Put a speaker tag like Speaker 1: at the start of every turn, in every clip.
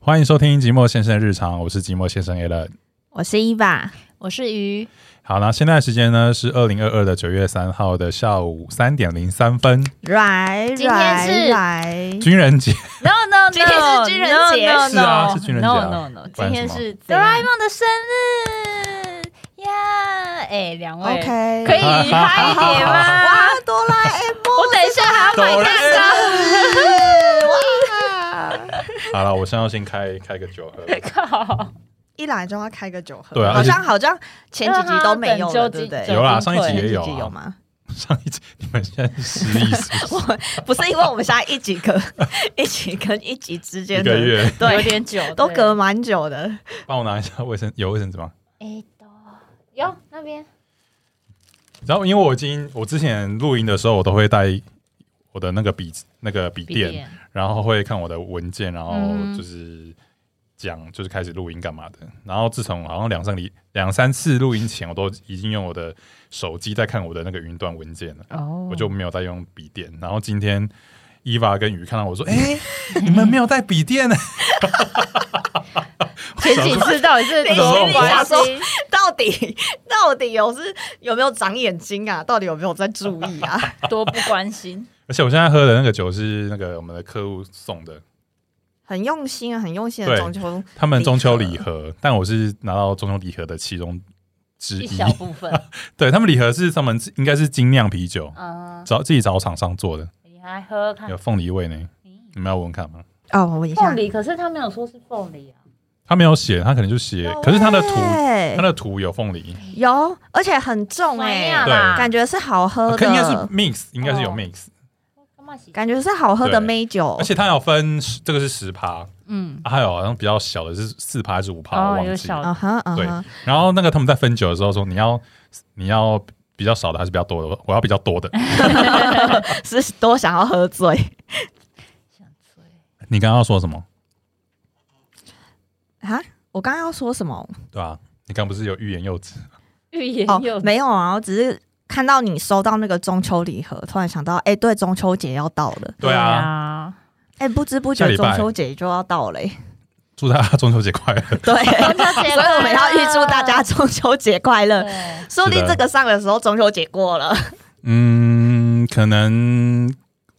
Speaker 1: 欢迎收听寂寞先生日常，我是寂寞先生 a l n
Speaker 2: 我是伊爸，
Speaker 3: 我是鱼，
Speaker 1: 好，那现在时间呢是二零二二的九月三号的下午三点零三分，
Speaker 2: 来，
Speaker 3: 今天是
Speaker 2: 来，
Speaker 1: 军人节
Speaker 3: No No，
Speaker 2: 今天是军人节
Speaker 3: no, no, no,
Speaker 1: 是啊是军人节啊
Speaker 3: No No No，
Speaker 1: 不然
Speaker 3: 今天
Speaker 1: 什么
Speaker 3: 是哆啦 A 梦的生日呀！哎，两位
Speaker 2: OK，
Speaker 3: 可以嗨一 点吗？
Speaker 2: 哇，哆啦 A 梦，
Speaker 3: 我等一下还要买蛋糕。
Speaker 2: 哇，
Speaker 1: 好了，我现在要先开开个酒喝。
Speaker 3: 靠！
Speaker 2: 一来就要开个酒喝，
Speaker 1: 对啊
Speaker 2: 好
Speaker 1: 而
Speaker 2: 像好像前几集都没有
Speaker 3: 对啊
Speaker 2: 了，对不
Speaker 3: 酒
Speaker 2: 对？
Speaker 1: 有啦，上
Speaker 3: 精
Speaker 1: 一
Speaker 3: 粹
Speaker 1: 集也
Speaker 2: 前
Speaker 1: 有
Speaker 2: 几集有
Speaker 1: 啊。
Speaker 2: 吗？
Speaker 1: 上一集你们现在是失忆是不是
Speaker 2: 不是因为我们现在一集跟 一集跟一集之
Speaker 1: 一
Speaker 2: 间
Speaker 1: 个
Speaker 2: 的
Speaker 1: 月，
Speaker 3: 有
Speaker 2: 对
Speaker 3: 点久，
Speaker 2: 都
Speaker 3: 对
Speaker 2: 隔。蛮久的，
Speaker 1: 帮我拿一下卫生，有卫生纸吗？
Speaker 3: 哎，都有那边
Speaker 1: 然后因为我已经，我之前录音的时候，我都会带我的那个笔那个笔
Speaker 3: 笔
Speaker 1: 电，
Speaker 3: 电
Speaker 1: 然后会看我的文件，然后
Speaker 3: 嗯
Speaker 1: 就是讲，就是开始录音干嘛的。然后自从好像两三里两三次录音前，我都已经用我的手机在看我的那个云端文件了，
Speaker 3: 哦
Speaker 1: 我就没有再用笔电。然后今天伊娃跟雨看到我说：“ 哎、你们没有带笔电呢、
Speaker 3: 前几次到底是
Speaker 2: 你
Speaker 3: 多
Speaker 1: 心里
Speaker 2: 想
Speaker 3: 关
Speaker 2: 说
Speaker 3: 心？
Speaker 2: 到底到底有是有没有长眼睛啊？到底有没有在注意啊？
Speaker 3: 多不关心？
Speaker 1: 而且我现在喝的那个酒是那个我们的客户送的，
Speaker 2: 很用心啊，很用心的
Speaker 1: 对
Speaker 2: 中秋，
Speaker 1: 他们中秋礼盒，但我是拿到中秋礼盒的其中之
Speaker 3: 一
Speaker 1: 一。
Speaker 3: 小部分，
Speaker 1: 对他们礼盒是他们应该是精酿啤酒，
Speaker 3: 嗯，
Speaker 1: 找自己找厂商做的，
Speaker 3: 你还喝喝看嗯
Speaker 1: 有。凤梨味呢。你们要闻看吗？
Speaker 2: 哦，我闻一下
Speaker 3: 凤，梨，可是他没有说是凤梨啊。
Speaker 1: 他没有写，他可能就写，可是他的图，
Speaker 2: 对
Speaker 1: 他的图有凤梨，
Speaker 2: 有，而且很重
Speaker 3: 酸
Speaker 2: 哎、
Speaker 3: 呀
Speaker 1: 对
Speaker 3: 啦
Speaker 2: 感觉是好喝的，
Speaker 1: 哦可应该是 mix，应该是有
Speaker 3: 哦
Speaker 1: mix，
Speaker 2: 感觉是好喝的
Speaker 1: 对
Speaker 2: 美酒
Speaker 1: 而，且它有分这个是十趴，啊
Speaker 3: 嗯，
Speaker 1: 还有好像比较小的是四趴还是五趴，
Speaker 3: 哦
Speaker 1: 我
Speaker 3: 有
Speaker 1: 忘记。
Speaker 3: 小
Speaker 2: 嗯哼嗯
Speaker 1: 对
Speaker 2: 哼，
Speaker 1: 然后那个他们在分酒的时候说，你要你要比较少的还是比较多的？我要比较多的。
Speaker 2: 是多想要喝醉
Speaker 3: 想追。
Speaker 1: 你刚刚要说什么？
Speaker 2: 啊！我刚刚要说什么？
Speaker 1: 对啊，你刚不是有欲言又止？
Speaker 3: 欲言
Speaker 2: 哦
Speaker 3: 又，止。
Speaker 2: 没有啊，我只是看到你收到那个中秋礼盒，突然想到，哎、对，中秋节要到了，
Speaker 1: 对啊，
Speaker 3: 啊，
Speaker 2: 哎、不知不
Speaker 1: 下
Speaker 2: 觉
Speaker 1: 礼拜
Speaker 2: 中秋节就要到 了、欸，
Speaker 1: 祝大家中秋节快乐。
Speaker 2: 对，所
Speaker 3: 中秋节快乐，
Speaker 2: 以我们要预祝大家中秋节快乐。
Speaker 3: 对
Speaker 2: 说不定这个上的时候，中秋节 过了，
Speaker 1: 嗯，可能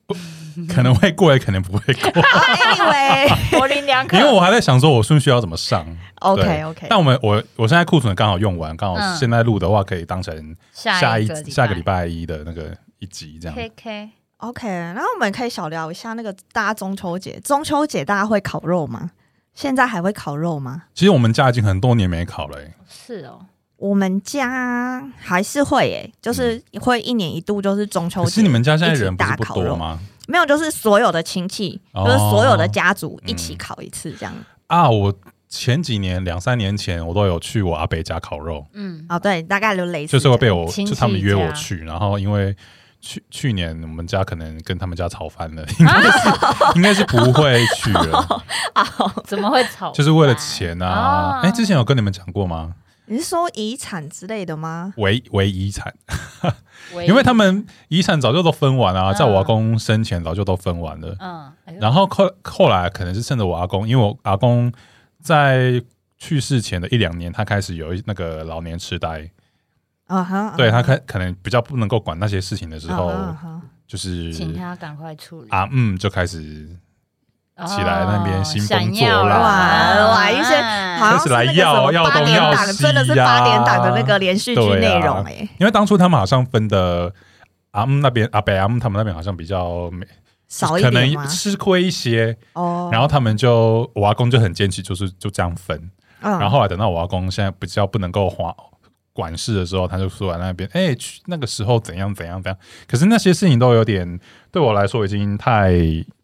Speaker 1: 可能会过，也可能不会过，
Speaker 2: anyway，
Speaker 3: 模棱两 可
Speaker 1: 因为。我还在想说我顺序要怎么上。
Speaker 2: OK OK，
Speaker 1: 但我们我我现在库存刚好用完，刚好
Speaker 3: 嗯
Speaker 1: 现在录的话可以当成下
Speaker 3: 一
Speaker 1: 一下个礼拜一的那个一集这样。
Speaker 3: ，K K，
Speaker 2: OK，然后我们可以小聊一下那个大家中秋节，中秋节大家会烤肉吗？现在还会烤肉吗？
Speaker 1: 其实我们家已经很多年没烤了、欸，
Speaker 3: 是哦，
Speaker 2: 我们家还是会诶、就是会一年一度就是中秋
Speaker 1: 嗯可
Speaker 2: 节。
Speaker 1: 是你们家现在
Speaker 2: 一起
Speaker 1: 人不是
Speaker 2: 大
Speaker 1: 不
Speaker 2: 烤
Speaker 1: 多
Speaker 2: 肉
Speaker 1: 吗？
Speaker 2: 没有，就是所有的亲戚，
Speaker 1: 哦
Speaker 2: 就是所有的家族一起
Speaker 1: 嗯
Speaker 2: 烤一次这样。
Speaker 1: 啊，我前几年两三年前我都有去我阿伯家烤肉，
Speaker 3: 嗯，
Speaker 2: 哦，对，大概就类似
Speaker 1: 就是会
Speaker 2: 这样
Speaker 1: 被我
Speaker 3: 亲
Speaker 1: 就
Speaker 3: 戚
Speaker 1: 他们约我
Speaker 3: 家
Speaker 1: 去，然后因为去去年我们家可能跟他们家吵翻了， 应该是、应该是不会去了，
Speaker 3: 怎么会吵？
Speaker 1: 就是为了钱啊。
Speaker 3: 哦
Speaker 1: 哎、之前有跟你们讲过吗？
Speaker 2: 你是说遗产之类的吗？
Speaker 1: 为为遗产，
Speaker 3: 喂，
Speaker 1: 因为他们遗产早就都分完啊，
Speaker 3: 嗯
Speaker 1: 在我阿公生前早就都分完了。
Speaker 3: 嗯，哎呦
Speaker 1: 然后后后来可能是趁着我阿公，因为我阿公在去世前的一两年，他开始有一那个老年痴呆，
Speaker 2: 啊哈，
Speaker 1: 对他可可能比较不能够管那些事情的时候，
Speaker 2: 啊哈啊哈
Speaker 1: 就是
Speaker 3: 哎请他赶快处理，哦
Speaker 1: 啊嗯就开始起来那边兴风
Speaker 3: 想要
Speaker 1: 作浪
Speaker 2: 哇哇一些好像
Speaker 1: 开始
Speaker 2: 是
Speaker 1: 来
Speaker 2: 那个什
Speaker 1: 要
Speaker 2: 么
Speaker 1: 要
Speaker 2: 八
Speaker 1: 东
Speaker 2: 点
Speaker 1: 要
Speaker 2: 档，
Speaker 1: 西
Speaker 2: 真的是八点档的那
Speaker 1: 呀
Speaker 2: 个连续剧
Speaker 1: 对
Speaker 2: 内
Speaker 1: 啊
Speaker 2: 容诶，
Speaker 1: 因为当初他们好像分的阿姆那边阿北阿姆他们那边好像比较没
Speaker 2: 少
Speaker 1: 可
Speaker 2: 一点吗
Speaker 1: 能？吃亏一些，
Speaker 2: 哦，
Speaker 1: 然后他们就我阿公就很坚持，就是就这样分。
Speaker 2: 嗯
Speaker 1: 然后后来等到我阿公现在比较不能够花管事的时候，他就说在那边，哎、去那个时候怎样怎样怎样。可是那些事情都有点对我来说已经太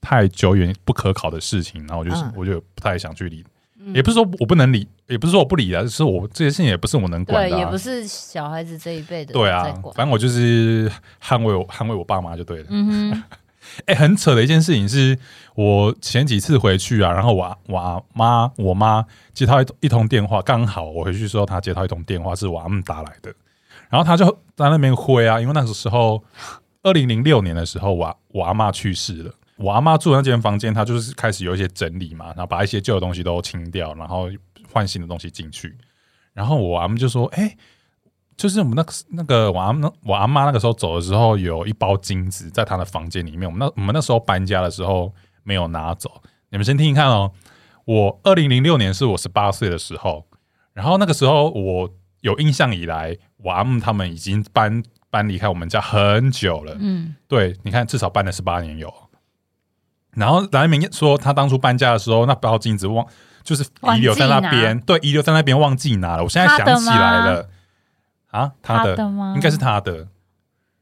Speaker 1: 太久远不可考的事情，然后我就是、
Speaker 2: 嗯
Speaker 1: 我就不太想去理，
Speaker 3: 嗯
Speaker 1: 也不是说我不能理，也不是说我不理啊，是我这些事情也不是我能管
Speaker 3: 对，
Speaker 1: 的、
Speaker 3: 也
Speaker 1: 啊
Speaker 3: 不。是小孩子这一辈的
Speaker 1: 对啊
Speaker 3: 在，管，
Speaker 1: 反正我就是捍卫我捍卫我爸妈就对了。
Speaker 3: 嗯哼，
Speaker 1: 哎、很扯的一件事情是，我前几次回去啊，然后我啊我啊妈我妈接到一一通电话，刚好我回去之后，她接到一通电话是我阿姆打来的，然后她就在那边挥啊，因为那个时候二零零六年的时候，我啊我阿妈去世了，我阿妈住的那间房间，她就是开始有一些整理嘛，然后把一些旧的东西都清掉，然后换新的东西进去。然后我阿妈就说：“哎、就是我们那个那个我阿妈我阿妈那个时候走的时候，有一包金子在她的房间里面。我们那我们那时候搬家的时候没有拿走。你们先听听看哦。我二零零六年是我十八岁的时候，然后那个时候我有印象以来，我阿姆他们已经搬搬离开我们家很久了。
Speaker 3: 嗯，
Speaker 1: 对，你看，至少搬了十八年有。然后蓝明说，他当初搬家的时候，那包镜子忘，就是遗留在那边，对，遗留在那边忘记拿了。我现在想起来了，啊，他的
Speaker 3: 他的吗
Speaker 1: 应该是他的，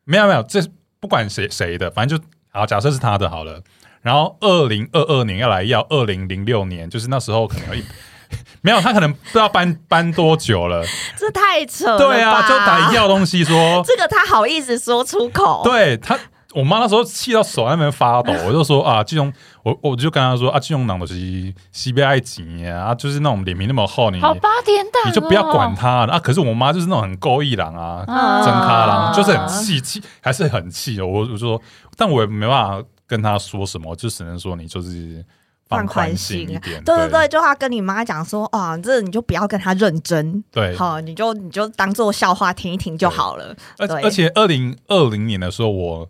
Speaker 1: 没有没有，这不管谁谁的，反正就好，假设是他的好了。然后二零二二年要来要二零零六年，就是那时候可能有一 没有，他可能不知道搬搬多久了。
Speaker 2: 这太扯了吧。
Speaker 1: 对啊，就打要东西说，
Speaker 2: 这个他好意思说出口？
Speaker 1: 对他，我妈那时候气到手在那边发抖， 我就说啊，这种我我就跟她说啊，这种人都是西边爱情啊，就是那种脸皮那么厚，你
Speaker 3: 好八点
Speaker 2: 啊
Speaker 3: 档、哦，
Speaker 1: 你就不要管他了啊。可是我妈就是那种很勾一郎啊，
Speaker 3: 啊，
Speaker 1: 真咖郎，就是很
Speaker 3: 气。
Speaker 1: 气气，还是很气哦。我我就说，但我也没办法跟她说什么，就只能说你就是
Speaker 2: 放宽
Speaker 1: 宽
Speaker 2: 心啊
Speaker 1: 一点，
Speaker 2: 对
Speaker 1: 对
Speaker 2: 对对，就他跟你妈讲说啊，这你就不要跟他认真，
Speaker 1: 对
Speaker 2: 好，你就你就当做笑话听一听就好了。
Speaker 1: 而
Speaker 2: 对
Speaker 1: 而且二零二零年的时候我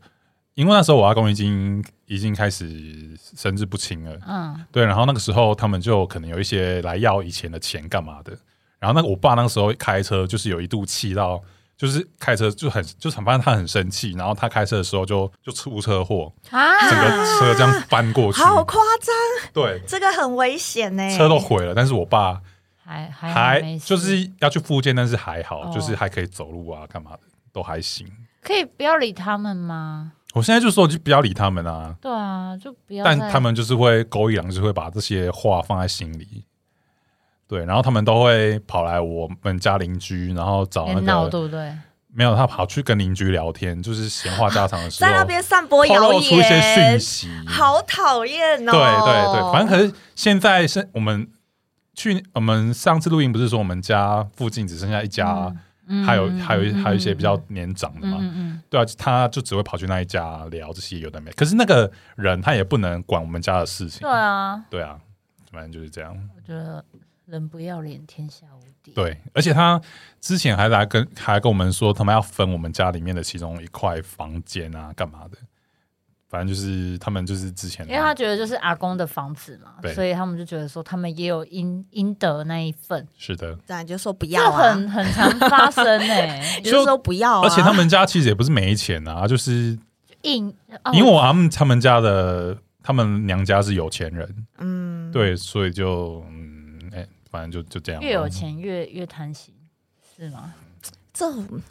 Speaker 1: 因为那时候我阿公已经已经开始神志不清了，
Speaker 3: 嗯，
Speaker 1: 对，然后那个时候他们就可能有一些来要以前的钱干嘛的。然后那个我爸那个时候开车就是有一度气到，就是开车就很就是很，反正他很生气。然后他开车的时候就 就出车祸，整
Speaker 3: 啊，
Speaker 1: 个车这样翻过去，
Speaker 2: 好夸张，
Speaker 1: 对，
Speaker 2: 这个很危险欸呢、
Speaker 1: 车都毁了。但是我爸
Speaker 3: 还还
Speaker 1: 还
Speaker 3: 哎没事
Speaker 1: 就是要去复健，但是还好，
Speaker 3: 哦
Speaker 1: 就是还可以走路啊，干嘛的都还行。
Speaker 3: 可以不要理他们吗？
Speaker 1: 我现在就说就不要理他们啊，
Speaker 3: 对啊，就不要再。
Speaker 1: 但他们就是会勾一郎，就是会把这些话放在心里。对，然后他们都会跑来我们家邻居，然后找
Speaker 3: 很
Speaker 1: 那
Speaker 3: 哎闹，
Speaker 1: 个
Speaker 3: 对不对？
Speaker 1: 没有他跑去跟邻居聊天，就是闲话家常的 时候，
Speaker 2: 在那边散播
Speaker 1: 透
Speaker 2: 谣
Speaker 1: 露出一些讯
Speaker 2: 言，
Speaker 1: 息。
Speaker 2: 好讨厌
Speaker 1: 对
Speaker 2: 哦。
Speaker 1: 对对，反正可是现在是我们去我们上次录音不是说我们家附近只剩下一家，
Speaker 3: 嗯
Speaker 1: 还有
Speaker 3: 嗯
Speaker 1: 还有一
Speaker 3: 嗯
Speaker 1: 还有一些比较
Speaker 3: 嗯
Speaker 1: 年长的嘛，
Speaker 3: 嗯嗯
Speaker 1: 对啊，他就只会跑去那一家聊这些有的没。可是那个人他也不能管我们家的事情
Speaker 3: 对，啊，
Speaker 1: 对啊，反正就是这样。
Speaker 3: 我觉得人不要脸，天下无敌。
Speaker 1: 对，而且他之前还来跟还跟我们说，他们要分我们家里面的其中一块房间啊，干嘛的？反正就是他们就是之前啊
Speaker 3: 因为他觉得就是阿公的房子嘛
Speaker 1: 对，
Speaker 3: 所以他们就觉得说他们也有应应得那一份，
Speaker 1: 是的，
Speaker 2: 自然就说不
Speaker 3: 这
Speaker 2: 要啊，
Speaker 3: 很很常发生哎、
Speaker 2: 你就说不要啊，
Speaker 1: 而且他们家其实也不是没钱啊，就是
Speaker 3: 硬哦
Speaker 1: 因为我阿姆他们家的他们娘家是有钱人，
Speaker 2: 嗯，
Speaker 1: 对，所以就嗯，哎、反正就就这样，
Speaker 3: 越有，钱越越贪心，是吗？
Speaker 2: 这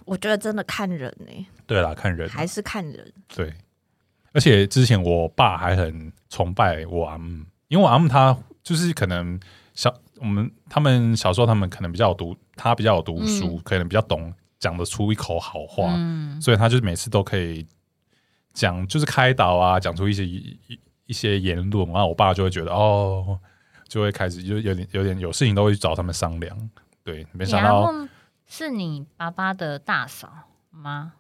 Speaker 2: 我觉得真的看人呢、
Speaker 1: 对啦，看人
Speaker 2: 还是看人。
Speaker 1: 对，而且之前我爸还很崇拜我阿姆，因为我阿姆他就是可能小我们他们小时候他们可能比较有读，他比较有读书，可能比较懂讲得出一口好话，
Speaker 3: 嗯，
Speaker 1: 所以他就是每次都可以讲，就是开导啊，讲出一些一一一些言论，然后我爸就会觉得哦，就会开始就有点有点有事情都会去找他们商量。对，没
Speaker 3: 你
Speaker 1: 想
Speaker 3: 阿
Speaker 1: 到，
Speaker 3: 公是你爸爸的大嫂吗？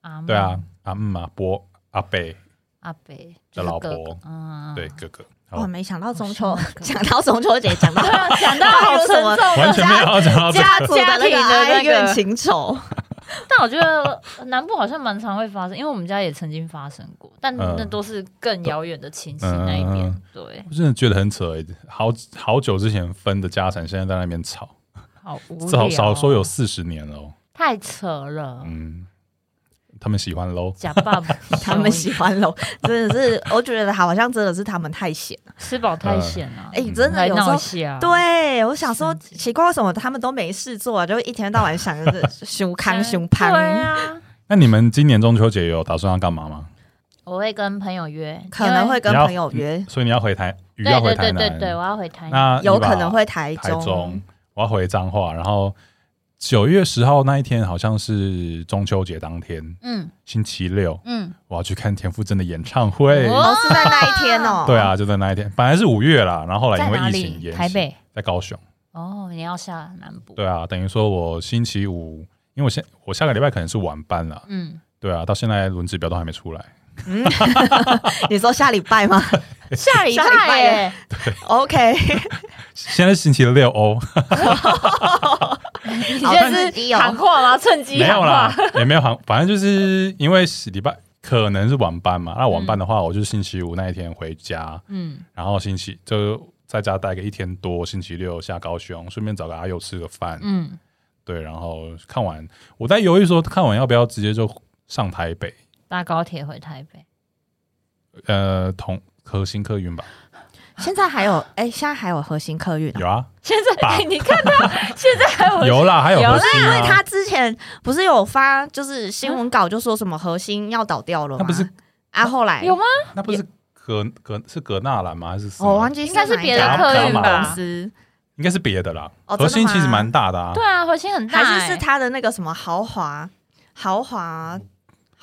Speaker 3: 阿嬷
Speaker 1: 对啊，，阿姆啊，伯阿贝，
Speaker 3: 阿北
Speaker 1: 的老婆，
Speaker 3: 就是哥哥嗯，
Speaker 1: 对哥哥，好
Speaker 2: 哇，没 想到中秋
Speaker 3: 好像那，
Speaker 2: 讲
Speaker 3: 个
Speaker 2: 到中秋节，讲到
Speaker 3: 讲到哦 好沉重啊的
Speaker 2: 啊
Speaker 1: 完全没有要讲到这个
Speaker 2: 家族的那
Speaker 3: 家庭的
Speaker 2: 个
Speaker 3: 那个
Speaker 2: 哀怨情 仇，
Speaker 3: 但我觉得南部好像蛮常会发生，因为我们家也曾经发生过，但
Speaker 1: 嗯
Speaker 3: 那都是更遥远的亲戚
Speaker 1: 嗯
Speaker 3: 那一边。
Speaker 1: 嗯
Speaker 3: 对，
Speaker 1: 我真的觉得很扯、欸，好好久之前分的家产，现在在那边吵，
Speaker 3: 好无聊、
Speaker 1: 少
Speaker 3: 哦，
Speaker 1: 少说有四十年了哦、
Speaker 3: 太扯了。
Speaker 1: 嗯，他们喜欢喽，
Speaker 3: 假爸爸
Speaker 2: 他们喜欢喽， 真的是，我觉得好像真的是他们太闲了，
Speaker 3: 吃饱
Speaker 1: 嗯
Speaker 3: 太闲了、
Speaker 2: 哎、真的
Speaker 3: 嗯来
Speaker 2: 有时候
Speaker 3: 闹一。下。，
Speaker 2: 对，啊我想说，
Speaker 3: 生气
Speaker 2: 奇怪，为什么他们都没事做啊？就 一天到晚想着熊康熊
Speaker 3: 对
Speaker 2: 胖，
Speaker 3: 啊，
Speaker 1: 那你们今年中秋节有打算要干嘛吗？
Speaker 3: 我会跟朋友约，
Speaker 2: 可能会跟
Speaker 1: 你要
Speaker 2: 朋友约，
Speaker 1: 所以你要回台，鱼
Speaker 3: 因
Speaker 1: 要
Speaker 3: 为
Speaker 1: 回台
Speaker 3: 对对对
Speaker 1: 南，
Speaker 3: 对对，我要回台南。
Speaker 1: 那你
Speaker 2: 有
Speaker 1: 把
Speaker 2: 可能会台
Speaker 1: 台
Speaker 2: 中。
Speaker 1: 中，我要回彰化，然后九月十号那一天好像是中秋节当天，
Speaker 3: 嗯
Speaker 1: 星期六，
Speaker 3: 嗯，
Speaker 1: 我要去看田馥甄的演唱会。
Speaker 3: 哦
Speaker 2: 哦，是在那一天 哦。
Speaker 1: 对，啊，就在那一天，本来是五月啦，然后后来
Speaker 3: 在
Speaker 1: 因为
Speaker 3: 哪
Speaker 1: 疫情
Speaker 3: 里？
Speaker 1: 延
Speaker 3: 台
Speaker 1: 期，
Speaker 3: 北。
Speaker 1: 在高雄。
Speaker 3: 哦，你要下南部。
Speaker 1: 对啊，等于说我星期五，因为我现我下个礼拜可能是晚班了，
Speaker 3: 嗯，
Speaker 1: 对啊，到现在轮值表都还没出来，
Speaker 2: 你说下礼拜 吗
Speaker 3: 下礼
Speaker 2: 下礼
Speaker 3: 拜
Speaker 2: 拜
Speaker 3: 耶
Speaker 2: 耶，？OK，
Speaker 1: 现在是星期六哦，
Speaker 3: 你
Speaker 2: 好
Speaker 3: 这
Speaker 2: 趁
Speaker 3: 是
Speaker 2: 机哦
Speaker 3: 喊话吗？趁机
Speaker 1: 没
Speaker 3: 喊
Speaker 1: 有啦
Speaker 3: 话，，
Speaker 1: 也没有行，反正就是因为是礼拜可能是晚班嘛，那晚班的话，我就星期五那一天回家，
Speaker 3: 嗯，
Speaker 1: 然后星期就在家待个一天多，星期六下高雄，顺便找个阿友吃个饭，
Speaker 3: 嗯，
Speaker 1: 对，然后看完，我在犹豫说看完要不要直接就上台北，
Speaker 3: 搭高铁回台北，
Speaker 1: 呃，同核心客运吧，
Speaker 2: 现在还有哎，现在还有核心客运哦
Speaker 1: 有啊，
Speaker 3: 现在
Speaker 1: 吧
Speaker 3: 哎 你看他现在还有
Speaker 1: 有啦，还有
Speaker 3: 哦有
Speaker 1: 核
Speaker 3: 啦
Speaker 1: 心
Speaker 2: 因为
Speaker 1: 啊
Speaker 2: 他，之前不是有发就是新闻稿，就说什么核心要倒掉了吗？
Speaker 1: 那不是
Speaker 2: 啊，后来
Speaker 3: 有吗？
Speaker 1: 那不是葛葛是葛纳兰吗？还是什么
Speaker 2: 我哦忘记
Speaker 3: 应该是
Speaker 2: 哪一
Speaker 3: 别
Speaker 1: 的
Speaker 2: 家
Speaker 1: 客运
Speaker 2: 公
Speaker 1: 吧
Speaker 2: 司
Speaker 1: 应该是别的啦，
Speaker 2: 哦
Speaker 1: 核
Speaker 2: 真的
Speaker 1: 心
Speaker 2: 吗
Speaker 1: 其实蛮大的啊，
Speaker 3: 对啊，核心很大、
Speaker 2: 还
Speaker 3: 欸，
Speaker 2: 是是他的那个什么豪华豪华
Speaker 1: 这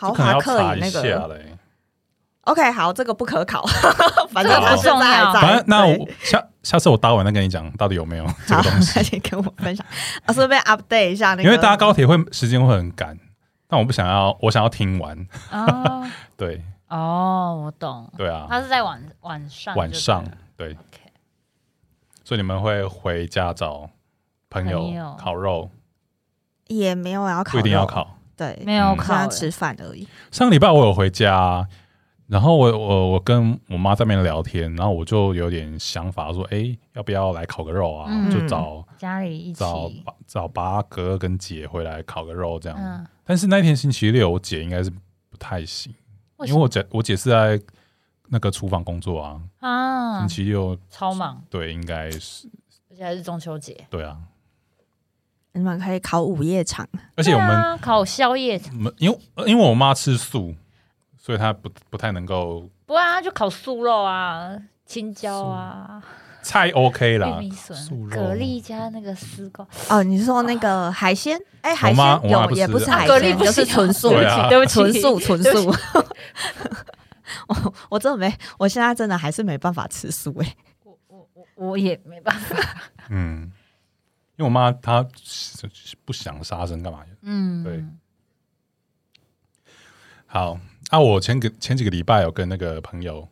Speaker 2: 豪
Speaker 1: 可能
Speaker 2: 华
Speaker 1: 要
Speaker 2: 客
Speaker 1: 查
Speaker 2: 椅
Speaker 1: 一
Speaker 2: 那
Speaker 1: 下
Speaker 2: 个
Speaker 1: 嘞。
Speaker 2: ？OK，好，这个不可考， 反正
Speaker 1: 这个
Speaker 2: 他
Speaker 1: 不
Speaker 2: 现在
Speaker 3: 重要
Speaker 2: 还在。
Speaker 1: 反正那
Speaker 2: 对
Speaker 1: 我下下次我搭完再跟你讲到底有没有这
Speaker 2: 好
Speaker 1: 个东，西，
Speaker 2: 那你跟我分享，啊，顺便 update 一下那个，
Speaker 1: 因为搭高铁会时间会很赶，但我不想要，我想要听完。
Speaker 3: 哦
Speaker 1: 对
Speaker 3: 哦，我懂，
Speaker 1: 对啊，
Speaker 3: 他是在晚晚上就
Speaker 1: 晚上
Speaker 3: 对了
Speaker 1: 对，
Speaker 3: OK
Speaker 1: 所以你们会回家找朋
Speaker 3: 朋
Speaker 1: 友
Speaker 3: 友
Speaker 1: 烤肉，
Speaker 2: 也没有要考，
Speaker 1: 不一定要，烤。
Speaker 2: 对，
Speaker 3: 没有
Speaker 1: 嗯
Speaker 2: 只要
Speaker 3: 考
Speaker 2: 吃饭而已。
Speaker 1: 上个礼拜我有回家，啊然后我我我跟我妈在那边聊天，然后我就有点想法说，哎、要不要来烤个肉啊？
Speaker 3: 嗯
Speaker 1: 就找
Speaker 3: 家里一
Speaker 1: 找
Speaker 3: 起，
Speaker 1: 八找八哥跟姐回来烤个肉这样。
Speaker 3: 嗯，
Speaker 1: 但是那天星期六，我姐应该是不太行，
Speaker 3: 为
Speaker 1: 因为我姐我姐是在那个厨房工作啊，
Speaker 3: 啊
Speaker 1: 星，期六
Speaker 3: 超忙，
Speaker 1: 对应该是
Speaker 3: 而且还是中秋节，
Speaker 1: 对啊，
Speaker 2: 你们可以考午夜场，
Speaker 1: 而且我
Speaker 3: 对
Speaker 1: 们
Speaker 3: 啊烤宵夜，
Speaker 1: 我们因为因为我妈吃素，所以她不不太能够
Speaker 3: 不然啊就烤素肉啊，青椒啊，
Speaker 1: 菜 OK
Speaker 3: 玉
Speaker 1: 啦
Speaker 3: 米，笋
Speaker 1: 素、肉
Speaker 3: 蛤蜊加那个丝瓜，
Speaker 2: 哦，你是说那个海鲜？哎、海
Speaker 1: 我妈
Speaker 2: 鲜
Speaker 1: 我妈
Speaker 2: 有
Speaker 1: 不
Speaker 2: 也
Speaker 1: 吃
Speaker 2: 不是
Speaker 1: 啊
Speaker 2: 海
Speaker 3: 蛤
Speaker 2: 鲜，
Speaker 3: 蜊不
Speaker 2: 就
Speaker 3: 行
Speaker 2: 是
Speaker 3: 啊
Speaker 2: 纯素，
Speaker 1: 对啊
Speaker 3: 对不起，
Speaker 2: 纯素，纯
Speaker 3: 对不
Speaker 2: 素
Speaker 3: 起。
Speaker 2: 我我真的没，我现在真的还是没办法吃素哎、
Speaker 3: 我我我我也没办法，
Speaker 1: 嗯，因为我妈她不想杀生干嘛？
Speaker 3: 嗯，
Speaker 1: 对好，啊，我前个前几个礼拜有跟那个朋友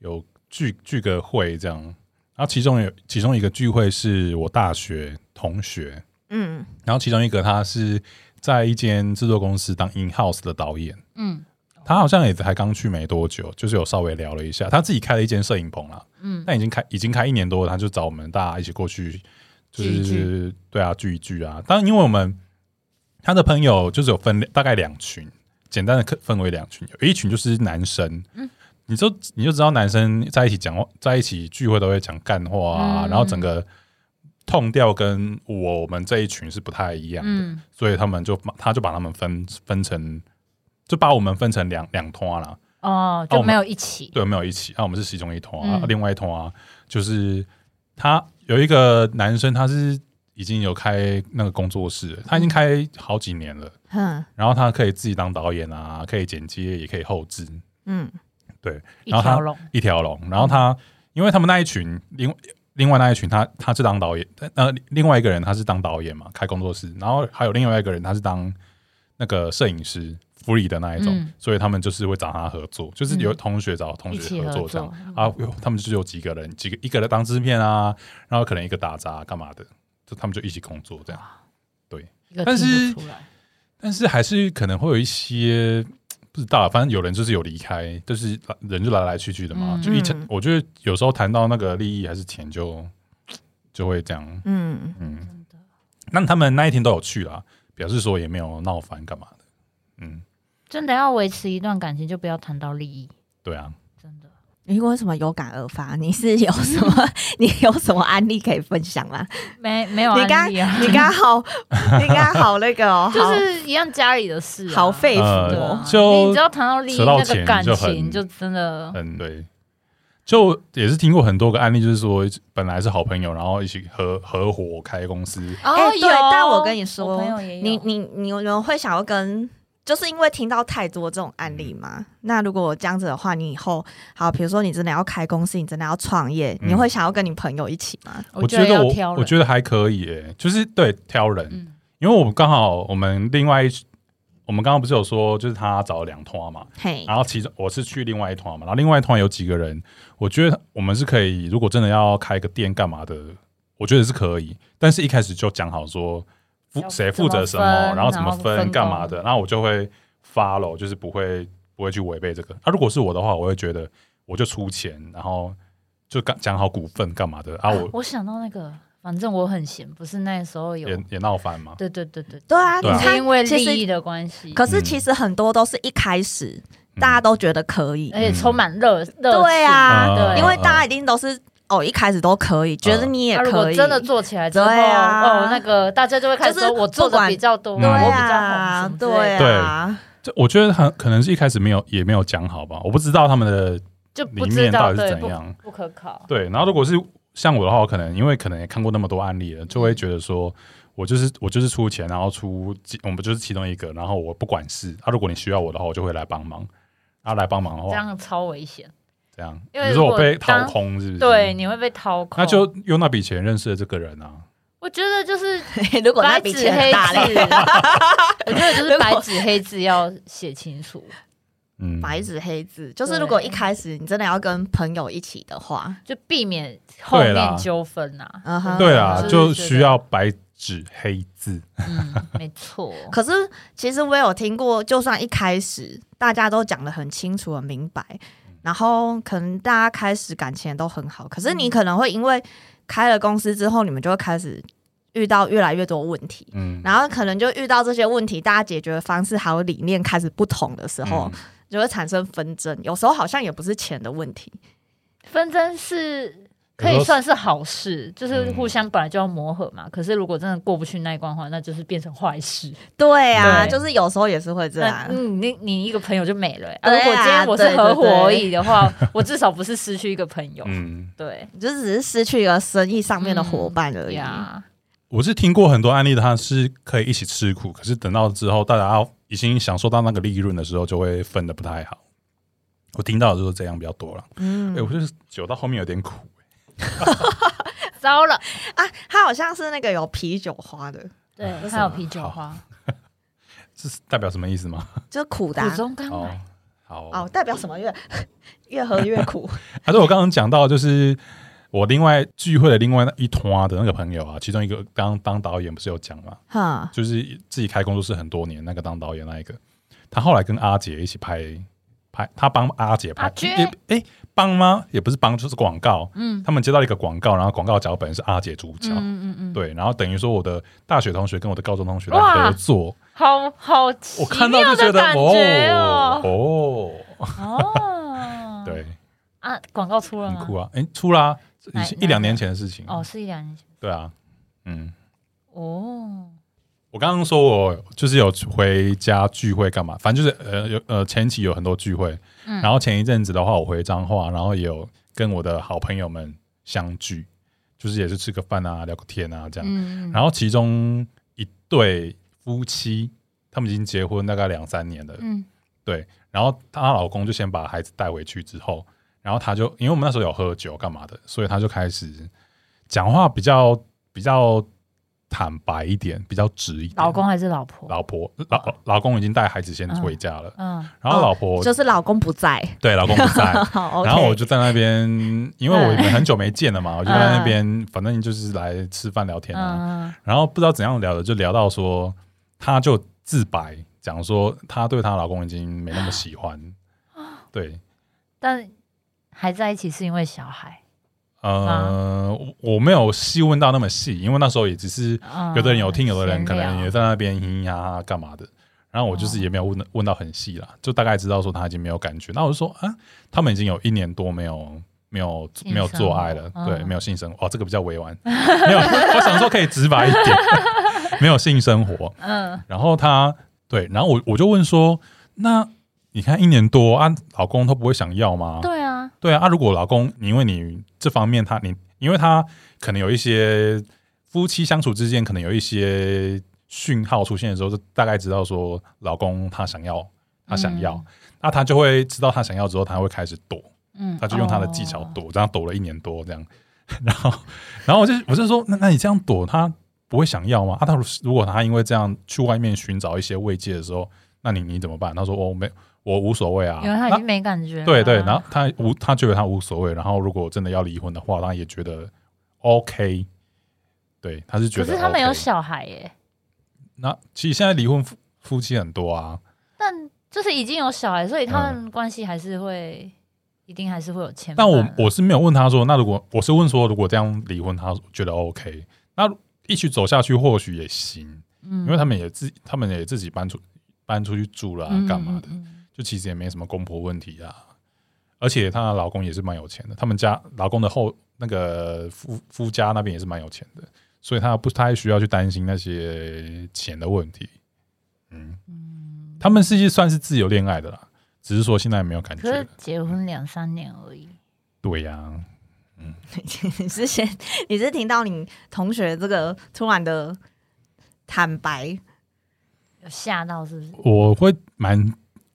Speaker 1: 有聚聚个会这样，然后其中有其中一个聚会是我大学同学，
Speaker 2: 嗯，
Speaker 1: 然后其中一个他是在一间制作公司当 in house 的导演，
Speaker 3: 嗯
Speaker 1: 他好像也才刚去没多久，就是有稍微聊了一下，他自己开了一间摄影棚啦，
Speaker 3: 嗯，
Speaker 1: 但已经开已经开一年多了，他就找我们大家一起过去，就
Speaker 3: 聚一
Speaker 1: 是
Speaker 3: 聚
Speaker 1: 对啊聚一聚啊。当然，因为我们他的朋友就是有分大概两群，简单的可分为两群，有一群就是男生，
Speaker 3: 嗯
Speaker 1: 你就你就知道男生在一起讲话，在一起聚会都会讲干话啊，
Speaker 3: 嗯
Speaker 1: 然后整个痛调跟我们这一群是不太一样的，
Speaker 3: 嗯
Speaker 1: 所以他们就把他就把他们分分成。就把我们分成两两团啦，
Speaker 3: 哦，就没有一起，
Speaker 1: 对，没有一起。啊，我们是其中一团、啊
Speaker 3: 嗯
Speaker 1: 另外一团、啊、就是他有一个男生，他是已经有开那个工作室了，他已经开好几年了。
Speaker 2: 哼，
Speaker 1: 然后他可以自己当导演啊，可以剪接，也可以后置
Speaker 2: 嗯，
Speaker 3: 一
Speaker 1: 然后他
Speaker 3: 条龙，
Speaker 1: 一条龙。然后他，因为他们那一群，另另外那一群他，他是当导演，呃，另外一个人他是当导演嘛，开工作室。然后还有另外一个人，他是当那个摄影师，free 的那一种，
Speaker 3: 嗯
Speaker 1: 所以他们就是会找他合作，就是有
Speaker 3: 嗯
Speaker 1: 同学找同
Speaker 3: 一
Speaker 1: 学
Speaker 3: 起
Speaker 1: 合
Speaker 3: 合
Speaker 1: 作这样。
Speaker 3: 作，嗯
Speaker 1: 啊，有他们就是有几个人，几个一个人当制片啊，然后可能一个打杂啊干嘛的，就他们就一起工作这样。
Speaker 3: 一个
Speaker 1: 但
Speaker 3: 听不
Speaker 1: 是
Speaker 3: 出来
Speaker 1: 但是还是可能会有一些不知道，反正有人就是有离开，就是人就来来去去的嘛。
Speaker 3: 嗯
Speaker 1: 就一成
Speaker 2: 嗯，
Speaker 1: 我觉得有时候谈到那个利益还是钱就，就会这样。
Speaker 2: 嗯，
Speaker 1: 嗯，
Speaker 3: 真的
Speaker 1: 那他们那一天都有去啦，表示说也没有闹翻干嘛的。嗯，
Speaker 3: 真的要维持一段感情，就不要谈到利益，
Speaker 1: 对啊，
Speaker 3: 真的。
Speaker 2: 你为什么有感而发？你是有什么？ 你有什么案例可以分享吗？
Speaker 3: 没没有
Speaker 2: 你
Speaker 3: 案
Speaker 2: 刚
Speaker 3: 例啊，
Speaker 2: 你 刚好，你刚好那个、哦，好
Speaker 3: 就是一样家里的事啊，
Speaker 2: 好肺
Speaker 1: 呃
Speaker 2: 腑
Speaker 3: 对
Speaker 2: 哦
Speaker 3: 啊，
Speaker 1: 就
Speaker 3: 你只要谈到利益，
Speaker 1: 扯到
Speaker 3: 那
Speaker 1: 钱
Speaker 3: 个感
Speaker 1: 就很
Speaker 3: 情就真的
Speaker 1: 嗯，对，就也是听过很多个案例，就是说本来是好朋友，然后一起合合伙开公司，
Speaker 2: 哎
Speaker 3: 哦
Speaker 2: 对
Speaker 3: 有。
Speaker 2: 但我跟你说
Speaker 3: 我朋友也有
Speaker 2: 你你你有人会想要跟，就是因为听到太多这种案例
Speaker 1: 嗯
Speaker 2: 嘛。那如果这样子的话，你以后好，比如说你真的要开公司，你真的要创业，
Speaker 1: 嗯啊
Speaker 2: 你会想要跟你朋友一起吗？
Speaker 1: 我
Speaker 3: 觉得
Speaker 1: 得
Speaker 3: 要
Speaker 1: 我
Speaker 3: 挑人，
Speaker 1: 我觉得还可以、耶，就是对挑人，
Speaker 3: 嗯
Speaker 1: 因为我们刚好我们另外一我们刚刚不是有说，就是他找了两团嘛，
Speaker 2: 嘿，
Speaker 1: 然后其中我是去另外一团嘛，然后另外一团有几个人，我觉得我们是可以，如果真的要开个店干嘛的，我觉得是可以，但是一开始就讲好说负
Speaker 3: 要
Speaker 1: 谁负责什么，
Speaker 3: 怎么分
Speaker 1: 然后怎么
Speaker 3: 然后
Speaker 1: 分
Speaker 3: 分
Speaker 1: 干嘛的，然后我就会 follow，就是不会不会去违背这个。啊，如果是我的话，我会觉得我就出钱，然后就讲讲好股份干嘛的啊，我
Speaker 3: 我想到那个，反正我很闲，不是那时候有
Speaker 1: 也，也闹翻嘛。
Speaker 3: 对对对对，
Speaker 2: 对啊，
Speaker 1: 对啊
Speaker 2: 你
Speaker 3: 是
Speaker 2: 看，
Speaker 3: 因为
Speaker 2: 其实
Speaker 3: 利益的关系，
Speaker 2: 可是其实很多都是一开始、
Speaker 1: 嗯
Speaker 2: 大家都觉得可以，
Speaker 3: 而且充满热热
Speaker 2: 嗯对啊，
Speaker 1: 嗯
Speaker 3: 对
Speaker 2: 因为大家一定都是哦一开始都可以，觉得你也
Speaker 3: 他啊如
Speaker 2: 可
Speaker 3: 果
Speaker 2: 以，
Speaker 3: 真的做起来之后，
Speaker 2: 对啊
Speaker 3: 哦，那个大家就会开始
Speaker 2: 就是
Speaker 3: 说我做
Speaker 2: 不
Speaker 3: 的
Speaker 2: 管
Speaker 3: 比较多，我比
Speaker 2: 对
Speaker 1: 嗯
Speaker 3: 较
Speaker 2: 啊
Speaker 3: 红，，
Speaker 2: 对，啊，
Speaker 1: 这我觉得很可能是一开始没有也没有讲好吧，我不知道他们的
Speaker 3: 就
Speaker 1: 里
Speaker 3: 不知
Speaker 1: 面
Speaker 3: 道
Speaker 1: 到底
Speaker 3: 对
Speaker 1: 是怎
Speaker 3: 不
Speaker 1: 样。
Speaker 3: 不可考，
Speaker 1: 对，然后如果是像我的话，我可能因为可能也看过那么多案例了，就会觉得说我就是我就是出钱，然后出几我们就是其中一个，然后我不管事。啊，如果你需要我的话，我就会来帮忙。啊，来帮忙的
Speaker 3: 这
Speaker 1: 话，
Speaker 3: 样超危险，
Speaker 1: 这样，
Speaker 3: 因为
Speaker 1: 你说
Speaker 3: 如
Speaker 1: 我
Speaker 3: 果
Speaker 1: 被掏
Speaker 3: 当
Speaker 1: 空是不是？
Speaker 3: 对，，你会被掏空。
Speaker 1: 那就用那笔钱认识了这个人啊。
Speaker 3: 我觉得 就是
Speaker 2: 如果那
Speaker 3: 白
Speaker 2: 笔
Speaker 3: 纸
Speaker 2: 钱
Speaker 3: 黑
Speaker 2: 很大嘞，
Speaker 3: 字，我觉得就是白纸黑字要写清楚。
Speaker 1: 嗯，
Speaker 2: 白纸黑字，就是
Speaker 3: 对
Speaker 2: 如果一开始你真的要跟朋友一起的话，
Speaker 3: 就避免后面纠纷呐、啊。
Speaker 2: 嗯哼
Speaker 1: 对啊，
Speaker 3: 嗯
Speaker 1: 就需要白纸黑字。
Speaker 3: 嗯，没错，
Speaker 2: 可是其实我有听过，就算一开始大家都讲的很清楚、很明白，然后可能大家开始感情也都很好，可是你
Speaker 3: 嗯
Speaker 2: 可能会因为开了公司之后，你们就会开始遇到越来越多问题。
Speaker 1: 嗯，
Speaker 2: 然后可能就遇到这些问题，大家解决的方式还有理念开始不同的时候，
Speaker 1: 嗯
Speaker 2: 就会产生纷争。有时候好像也不是钱的问题，
Speaker 3: 纷争是可以算是好事，
Speaker 1: 嗯
Speaker 3: 就是互相本来就要磨合嘛。可是如果真的过不去那一关的话，那就是变成坏事。
Speaker 2: 对啊，
Speaker 3: 对
Speaker 2: 就是有时候也是会这样。
Speaker 3: 那嗯，你你一个朋友就没了、欸
Speaker 2: 啊对啊
Speaker 3: 如果今天我是合
Speaker 2: 对对对
Speaker 3: 伙而已的话， 我至少不是失去一个朋友。
Speaker 1: 嗯，
Speaker 3: 对
Speaker 2: 就只是失去一个生意上面的伙伴而已。
Speaker 3: 呀，
Speaker 1: 我是听过很多案例，他是可以一起吃苦，可是等到之后大家要已经享受到那个利润的时候，就会分的不太好。我听到的就是这样比较多了。
Speaker 2: 嗯
Speaker 1: 哎、我就是酒到后面有点苦、
Speaker 3: 糟了，
Speaker 2: 啊，它好像是那个有啤酒花的，
Speaker 3: 对，
Speaker 1: 啊
Speaker 3: 还有啤酒花，
Speaker 1: 这是代表什么意思吗？
Speaker 2: 就是苦的啊、
Speaker 3: 苦中甘
Speaker 1: 哦
Speaker 3: 来，，
Speaker 1: 好。
Speaker 2: 哦，代表 什么越越喝越苦。
Speaker 1: 还是我刚刚讲到，就是我另外聚会的另外一团的那个朋友啊，其中一个刚当导演不是有讲嘛，
Speaker 2: 哈，
Speaker 1: 就是自己开工作室很多年，那个当导演那一个，他后来跟阿姐一起拍拍，他帮阿姐拍
Speaker 3: 阿，娟
Speaker 1: 也哎帮吗？也不是帮，就是广告。
Speaker 3: 嗯
Speaker 1: 他们接到一个广告，然后广告脚本是阿姐主角，
Speaker 3: 嗯嗯嗯，
Speaker 1: 对，然后等于说我的大学同学跟我的高中同学在
Speaker 3: 哇
Speaker 1: 合作，
Speaker 3: 好好奇
Speaker 1: 我看到就
Speaker 3: 妙
Speaker 1: 觉
Speaker 3: 的
Speaker 1: 得
Speaker 3: 感觉
Speaker 1: 哦
Speaker 3: 哦，
Speaker 1: 哦，，
Speaker 3: 哦
Speaker 1: 对，
Speaker 3: 啊，广告出了
Speaker 1: 很
Speaker 3: 吗？
Speaker 1: 酷啊！哎，出啦，
Speaker 3: 哪
Speaker 1: 已经
Speaker 3: 哪
Speaker 1: 一两年前的事情
Speaker 3: 哦，是一两年前
Speaker 1: 对啊，嗯，
Speaker 3: 哦，
Speaker 1: 我刚刚说我就是有回家聚会干嘛，反正就是呃有呃前期有很多聚会，
Speaker 3: 嗯
Speaker 1: 然后前一阵子的话我回彰化，然后也有跟我的好朋友们相聚，就是也是吃个饭啊，聊个天啊这样。
Speaker 3: 嗯，
Speaker 1: 然后其中一对夫妻，他们已经结婚大概两三年了，
Speaker 3: 嗯
Speaker 1: 对，然后她老公就先把孩子带回去之后，然后她就因为我们那时候有喝酒干嘛的，所以她就开始讲话比较比较坦白一点，比较直一点。
Speaker 3: 老公还是老婆？
Speaker 1: 老婆老老公已经带孩子先回家了，
Speaker 3: 嗯，
Speaker 1: 然后老婆、
Speaker 2: 就是老公不在，
Speaker 1: 对老公不 在，
Speaker 3: 哦
Speaker 2: 好
Speaker 1: 然后我
Speaker 2: ，OK，
Speaker 1: 就在那边，因为我们很久没见了嘛，我就在那边，反正就是来吃饭聊天啊，
Speaker 3: 嗯，
Speaker 1: 然后不知道怎样聊的，就聊到说，她就自白讲说，她对她老公已经没那么喜欢，
Speaker 3: 啊
Speaker 1: 对，
Speaker 3: 但还在一起是因为小孩，啊
Speaker 1: 呃，我我没有细问到那么细，因为那时候也只是
Speaker 3: 嗯
Speaker 1: 有的人有听，有的人可能
Speaker 3: 闲
Speaker 1: 也
Speaker 3: 聊
Speaker 1: 在那边咿呀呀干嘛的。然后我就是
Speaker 3: 哦
Speaker 1: 也没有问、问到很细
Speaker 3: 啊
Speaker 1: 啦，就大概知道说他已经没有感觉。那我就说啊，他们已经有一年多没有没有
Speaker 3: 性
Speaker 1: 没有
Speaker 3: 生
Speaker 1: 做
Speaker 3: 活
Speaker 1: 爱了，
Speaker 3: 嗯
Speaker 1: 对，没有性生活。哦，这个比较委婉， 没有，我想说可以直白一点， 没有性生活。
Speaker 3: 嗯，
Speaker 1: 然后他对，然后我我就问说，那你看一年多啊，老公都不会想要吗？
Speaker 3: 对啊，
Speaker 1: 对啊，啊如果老公，因为你这方面他你，因为他可能有一些夫妻相处之间可能有一些讯号出现的时候，就大概知道说老公他想要，他想要，
Speaker 3: 嗯
Speaker 1: 那他就会知道他想要之后，他会开始躲，
Speaker 3: 嗯，
Speaker 1: 他就用他的技巧
Speaker 3: 哦，
Speaker 1: 躲，这样躲了一年多这样， 然后然后我就我就说，那那你这样躲他不会想要吗？啊，他如如果他因为这样去外面寻找一些慰藉的时候，那那你你怎么办？他说我没我无所谓啊，
Speaker 3: 哦因为他已
Speaker 1: 那
Speaker 3: 经没感觉了啊。
Speaker 1: 对对，然后他无他觉得他无所谓，然后如果真的要离婚的话，他也觉得 OK，对，他是觉
Speaker 3: 可
Speaker 1: 得、OK。
Speaker 3: 是他们有小孩耶，
Speaker 1: 那其实现在离婚夫夫妻很多啊，
Speaker 3: 但就是已经有小孩，所以他们关系还是会，一定还是会有牵
Speaker 1: 嗯
Speaker 3: 绊啊。
Speaker 1: 但我我是没有问他说，那如果我是问说，如果这样离婚，他觉得 OK，那一起走下去或许也行，
Speaker 3: 嗯，
Speaker 1: 因为他们也自他们也自己搬出搬出去住了、啊
Speaker 3: 嗯，
Speaker 1: 干嘛的，
Speaker 3: 嗯嗯
Speaker 1: 就其实也没什么公婆问题啊。而且她的老公也是蛮有钱的，他们家老公的后那个夫夫家那边也是蛮有钱的，所以她不太需要去担心那些钱的问题。嗯，
Speaker 3: 嗯
Speaker 1: 他们是算是自由恋爱的啦，只是说现在没有感
Speaker 3: 可是
Speaker 1: 觉。
Speaker 3: 结婚两三年而已，
Speaker 1: 对呀、
Speaker 2: 你是先你是听到你同学这个突然的坦白，
Speaker 3: 有吓到是不是？
Speaker 1: 我会蛮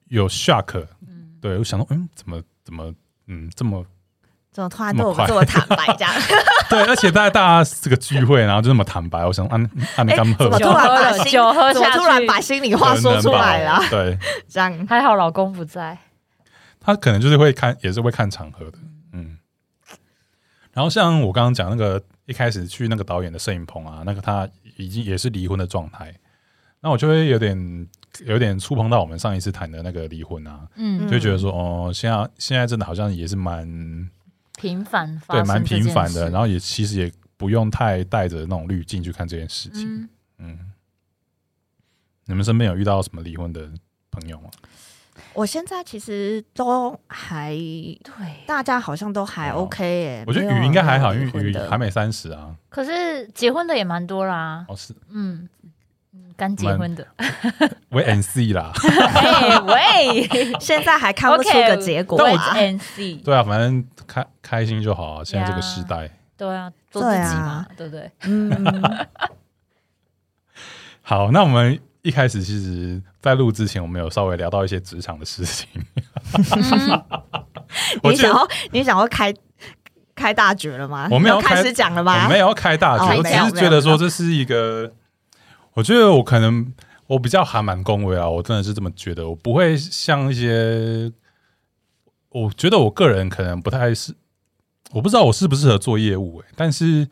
Speaker 1: 有 shock，
Speaker 3: 嗯，
Speaker 1: 对我想到，嗯，怎么怎么，嗯，这么
Speaker 2: 怎么突然
Speaker 1: 这
Speaker 2: 对
Speaker 1: 么
Speaker 2: 我
Speaker 1: 快
Speaker 2: 做坦白 这样？
Speaker 1: 对，而且在大家这个聚会，然后就那么坦白，我想，按按你
Speaker 2: 哎
Speaker 1: 干嘛？
Speaker 2: 怎么
Speaker 3: 酒
Speaker 2: 突然
Speaker 3: 喝
Speaker 2: 把
Speaker 3: 了，
Speaker 2: 心
Speaker 3: 酒喝
Speaker 2: 怎么
Speaker 3: 下去，
Speaker 2: 突然把心里话说出来了？
Speaker 1: 对
Speaker 2: 这样
Speaker 3: 还好老公不在，
Speaker 1: 他可能就是会看，也是会看场合的，嗯。然后像我刚刚讲那个一开始去那个导演的摄影棚啊，那个他已经也是离婚的状态，那我就会有点有点触碰到我们上一次谈的那个离婚啊，
Speaker 3: 嗯，
Speaker 1: 就觉得说，哦，现在现在真的好像也是蛮
Speaker 3: 频繁发
Speaker 1: 对，
Speaker 3: 生
Speaker 1: 蛮
Speaker 3: 这件
Speaker 1: 频繁的，
Speaker 3: 事
Speaker 1: 然后也其实也不用太带着那种滤镜去看这件事情。嗯
Speaker 3: 嗯，
Speaker 1: 你们身边有遇到什么离婚的朋友吗？
Speaker 2: 我现在其实都还，
Speaker 3: 对。
Speaker 2: 大家好像都还
Speaker 1: 哦
Speaker 2: OK 耶。
Speaker 1: 我觉得
Speaker 2: 呃没有啊
Speaker 1: 雨应该还好，
Speaker 2: 没
Speaker 1: 因
Speaker 2: 有
Speaker 1: 为
Speaker 2: 离
Speaker 1: 雨
Speaker 2: 婚的
Speaker 1: 还没三十啊。
Speaker 3: 可是结婚的也蛮多啦，
Speaker 1: 哦，是
Speaker 3: 嗯，嗯刚结婚的，
Speaker 1: 为 NC 啦，
Speaker 3: 哎喂
Speaker 2: 啊现在还看不出个结果
Speaker 3: 对
Speaker 2: 啊。
Speaker 3: N C，
Speaker 1: 对啊，反正开开心就好啊。现在这个时代，
Speaker 3: 对啊，做自己嘛，对不对？
Speaker 2: 嗯，
Speaker 1: 好，那我们一开始其实，在录之前，我们有稍微聊到一些职场的事情。
Speaker 2: 嗯
Speaker 1: 我
Speaker 2: 你
Speaker 1: 记
Speaker 2: 想
Speaker 1: 得
Speaker 2: 要你想要开开大局了吗？
Speaker 1: 我没有
Speaker 2: 要
Speaker 1: 开
Speaker 2: 开始讲了
Speaker 1: 我
Speaker 2: 吗？
Speaker 1: 没有要开大
Speaker 2: 哦
Speaker 1: 局，我只
Speaker 2: 没有
Speaker 1: 是觉得说这是一个，我觉得我可能我比较还蛮恭维啊，我真的是这么觉得，我不会像一些，我觉得我个人可能不太是，我不知道我适不适合做业务、欸，但是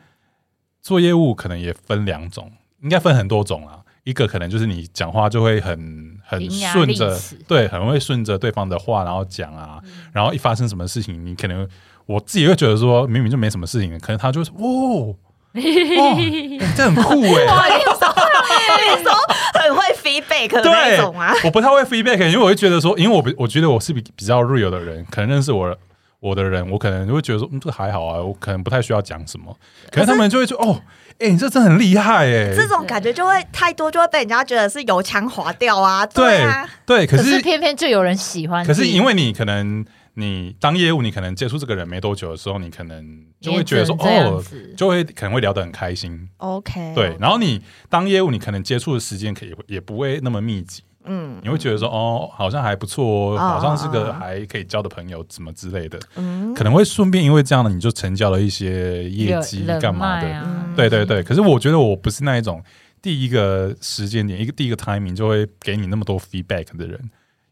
Speaker 1: 做业务可能也分两种，应该分很多种啦。一个可能就是你讲话就会很很
Speaker 3: 伶牙
Speaker 1: 顺
Speaker 3: 俐
Speaker 1: 着
Speaker 3: 齿，
Speaker 1: 对，很会顺着对方的话然后讲啊，然后一发生什么事情，你可能我自己会觉得说明明就没什么事情，可能他就是哦， 哦，欸这很酷哎、
Speaker 2: 哇，你说 你说很会 feedback 的那种啊？
Speaker 1: 我不太会 feedback，因为我会觉得说，因为我比我觉得我是比比较 real 的人，可能认识我我的人，我可能会觉得说，嗯，这还好啊，我可能不太需要讲什么。可是他们就会说，哦，哎、你这真的很厉害哎、
Speaker 2: 这种感觉就会太多，就会被人家觉得是油腔滑调啊。对啊，
Speaker 1: 对，可
Speaker 3: 可
Speaker 1: 是
Speaker 3: 是偏偏就有人喜欢你，
Speaker 1: 可是因为你可能你当业务，你可能接触这个人没多久的时候，你可能就会觉得说，
Speaker 3: 也只能这样
Speaker 1: 哦，
Speaker 3: 子
Speaker 1: 就会可能会聊得很开心，
Speaker 2: OK，
Speaker 1: 对。然后你当业务，你可能接触的时间可以也不会那么密集。
Speaker 2: 嗯
Speaker 1: 你会觉得说，哦，好像还不错，哦，
Speaker 2: 啊
Speaker 1: 好像是
Speaker 2: 啊
Speaker 1: 个
Speaker 2: 啊
Speaker 1: 还可以交的朋友，怎么之类的，
Speaker 2: 嗯，
Speaker 1: 可能会顺便因为这样的，你就成交了一些业
Speaker 3: 有
Speaker 1: 绩
Speaker 3: 人
Speaker 1: 干嘛
Speaker 3: 脉
Speaker 1: 的。
Speaker 3: 啊
Speaker 1: 对对对，可是我觉得我不是那一种第一个时间点，一个第一个 timing 就会给你那么多 feedback 的人，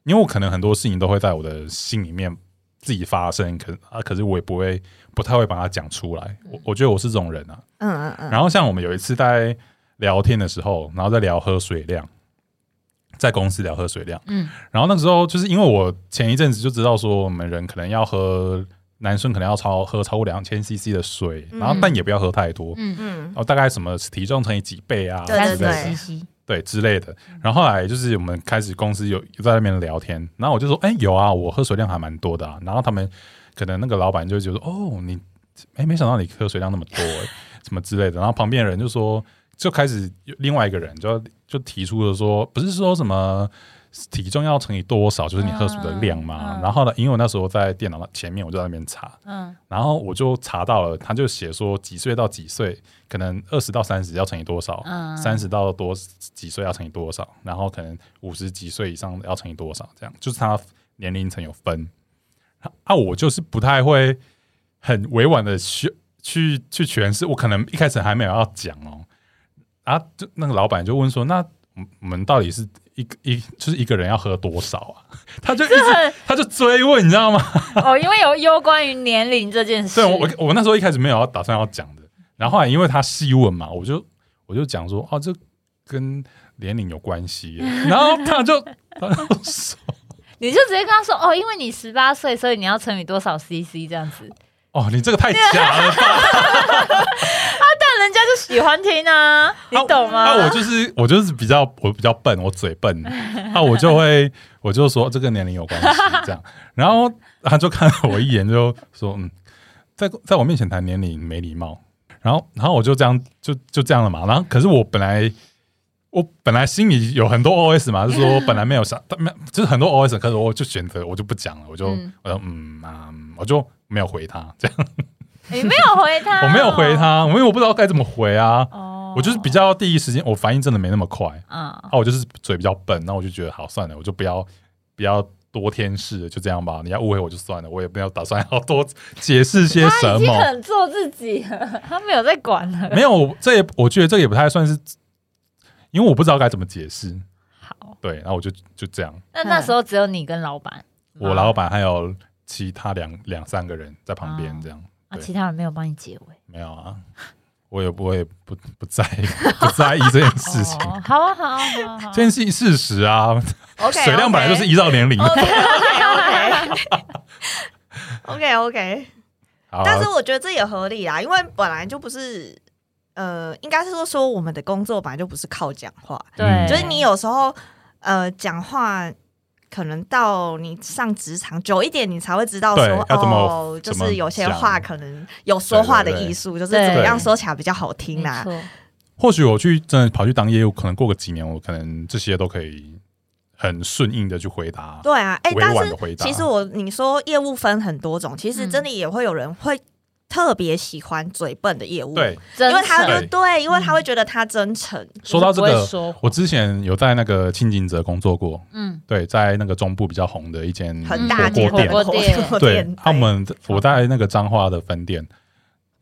Speaker 1: 因为我可能很多事情都会在我的心里面自己发生，可啊，可是我也不会，不太会把它讲出来。我我觉得我是这种人啊，
Speaker 2: 嗯嗯嗯，
Speaker 1: 然后像我们有一次在聊天的时候，然后在聊喝水量，在公司聊喝水量，
Speaker 3: 嗯，
Speaker 1: 然后那个时候就是因为我前一阵子就知道说我们人可能要喝，男生可能要超喝超过两千 CC 的水，然后但也不要喝太多，
Speaker 3: 嗯，
Speaker 2: 嗯
Speaker 1: 然后大概什么体重乘以几倍啊，
Speaker 2: 对
Speaker 3: 三
Speaker 2: 对
Speaker 1: 之
Speaker 3: 十
Speaker 1: 类的
Speaker 2: 对
Speaker 3: cc，
Speaker 1: 对之类的。然后后来就是我们开始公司有有在那边聊天，然后我就说，哎、有啊，我喝水量还蛮多的、啊。然后他们可能那个老板就觉得，哦，你哎、没想到你喝水量那么多、欸什么之类的。然后旁边的人就说，就开始有另外一个人就就提出了说，不是说什么。体重要乘以多少，就是你喝水的量嘛。
Speaker 3: 嗯嗯
Speaker 1: 然后呢，因为我那时候在电脑前面，我就在那边查，
Speaker 3: 嗯，
Speaker 1: 然后我就查到了，他就写说几岁到几岁，可能二十到三十要乘以多少，
Speaker 3: 嗯
Speaker 1: 三十、到多几岁要乘以多少，然后可能五十几岁以上要乘以多少，这样就是他年龄层有分。啊，我就是不太会很委婉的去去去诠释，我可能一开始还没有要讲哦，啊，就那个老板就问说，那我们我们到底是一个一就是一个人要喝多少啊？ 他就一
Speaker 3: 这
Speaker 1: 直
Speaker 3: 很
Speaker 1: 他就追问，你知道吗？
Speaker 3: 哦，因为有攸关于年龄这件事
Speaker 1: 对，，我我我那时候一开始没有要打算要讲的，然后后来因为他细问嘛，我就我就讲说哦，这跟年龄有关系耶，然后他就他就说
Speaker 3: 你就直接跟他说哦，因为你十八岁，所以你要乘以多少 CC 这样子，
Speaker 1: 哦，你这个太假了吧。
Speaker 3: 但人家就喜欢听啊，你懂吗？
Speaker 1: 啊，我就是我就是比较我比较笨，我嘴 笨，啊，我就会我就说哦这跟年龄有关系这样，然后他就看了我一眼就说嗯，在在我面前谈年龄没礼貌，然后然后我就这样就就这样了嘛，然后可是我本来。我本来心里有很多 OS 嘛，就是说我本来没有想，没有就是很多 OS，可是我就选择我就不讲了，我就、
Speaker 3: 嗯
Speaker 1: 我就嗯啊，嗯我就没有回他，这样、
Speaker 3: 你没有回他、
Speaker 1: 我没有回，他，因为我不知道该怎么回啊，
Speaker 3: 啊哦
Speaker 1: 我就是比较第一时间，我反应真的没那么快，
Speaker 3: 嗯
Speaker 1: 啊，我就是嘴比较笨，那我就觉得好算了，我就不要不要多添事了，就这样吧。你要误会我就算了，我也没有打算要多 解释些
Speaker 3: 他
Speaker 1: 什
Speaker 3: 啊已经
Speaker 1: 么。
Speaker 3: 很做自己了，他没有在管 了。
Speaker 1: 没有，这也我觉得这也不太算是，因为我不知道该怎么解释。
Speaker 3: 好，
Speaker 1: 对，然后我就就这样，
Speaker 3: 那那时候只有你跟老板，
Speaker 1: 我老板还有其他两两三个人在旁边，
Speaker 3: 哦
Speaker 1: 这样
Speaker 3: 啊，
Speaker 1: 对
Speaker 3: 其他人没有帮你结尾。
Speaker 1: 没有啊。我也我也不不在 不在意这件事情，
Speaker 3: 哦，好啊，好啊，好啊， 好啊
Speaker 1: 这件事情事实啊，
Speaker 2: OK，
Speaker 1: 水量本来就是依照年龄。
Speaker 2: OK OK OK OK，
Speaker 1: 好啊
Speaker 2: 但是我觉得这也合理啊啦，因为本来就不是，呃，应该是说说我们的工作本来就不是靠讲话，
Speaker 3: 对，
Speaker 2: 就是你有时候呃讲话。可能到你上职场久一点，你才会知道
Speaker 1: 对
Speaker 2: 说
Speaker 1: 要怎么
Speaker 2: 哦，就
Speaker 1: 怎么
Speaker 2: 是有些
Speaker 1: 讲
Speaker 2: 话可能有说话的
Speaker 1: 对对对
Speaker 2: 艺术，就是
Speaker 3: 对
Speaker 2: 怎么样说起来比较好听啊
Speaker 3: 没
Speaker 2: 啦。
Speaker 3: 错，
Speaker 1: 或许我去真的跑去当业务，可能过个几年，我可能这些都可以很顺应的去回答。
Speaker 2: 对啊，哎、
Speaker 1: 委婉
Speaker 2: 但
Speaker 1: 地回
Speaker 2: 是
Speaker 1: 答
Speaker 2: 其实我你说业务分很多种，其实真
Speaker 3: 嗯
Speaker 2: 的也会有人会特别喜欢嘴笨的业务，
Speaker 1: 对，
Speaker 3: 真
Speaker 2: 因为他
Speaker 3: 诚
Speaker 2: 就
Speaker 1: 诚
Speaker 2: 对，因为他会觉得他真诚。
Speaker 1: 说到这
Speaker 3: 就是不会
Speaker 1: 个，
Speaker 3: 说
Speaker 1: 我之前有在那个清景泽工作过，
Speaker 3: 嗯，
Speaker 1: 对，在那个中部比较红的一间
Speaker 2: 很大间
Speaker 1: 火锅
Speaker 3: 火锅
Speaker 1: 店，
Speaker 3: 店 哦
Speaker 1: 对，他们我在那个彰化的分店，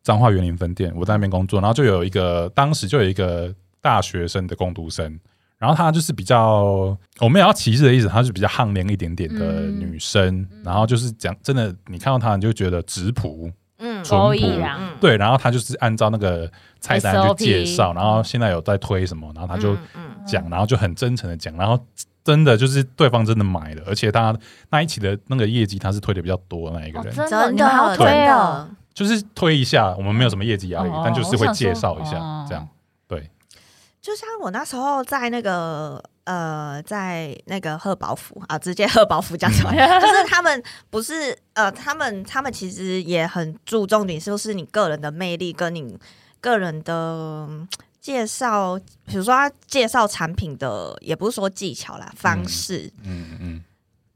Speaker 1: 彰化园林分店，我在那边工作，然后就有一个当时就有一个大学生的工读生。然后她就是比较，我们也要歧视的意思，她是比较悍亮一点点的
Speaker 3: 嗯
Speaker 1: 女生。然后就是讲真的，你看到她你就觉得直朴，
Speaker 2: 嗯
Speaker 1: 淳朴
Speaker 3: 勾引啊，
Speaker 2: 嗯，
Speaker 1: 对，然后他就是按照那个菜单
Speaker 3: SOP
Speaker 1: 去介绍，然后现在有在推什么，然后他就
Speaker 2: 嗯嗯
Speaker 1: 讲，然后就很真诚的讲，然后真的就是对方真的买了，而且他那一期的那个业绩他是推的比较多的那一个
Speaker 3: 哦
Speaker 1: 人，
Speaker 3: 真的，
Speaker 2: 真
Speaker 3: 你们好
Speaker 2: 的
Speaker 3: 推
Speaker 2: 真
Speaker 3: 哦，
Speaker 2: 的，
Speaker 1: 就是推一下，我们没有什么业绩压力，
Speaker 3: 哦
Speaker 1: 但就是会
Speaker 3: 我想说
Speaker 1: 介绍一下
Speaker 3: 哦
Speaker 1: 这样。
Speaker 2: 就像我那时候在那个呃，在那个贺宝福啊，直接贺宝福讲出来，就是他们不是呃，他们他们其实也很注重你，就是你个人的魅力跟你个人的。嗯介绍，比如说他介绍产品的，也不是说技巧啦，方式，
Speaker 1: 嗯嗯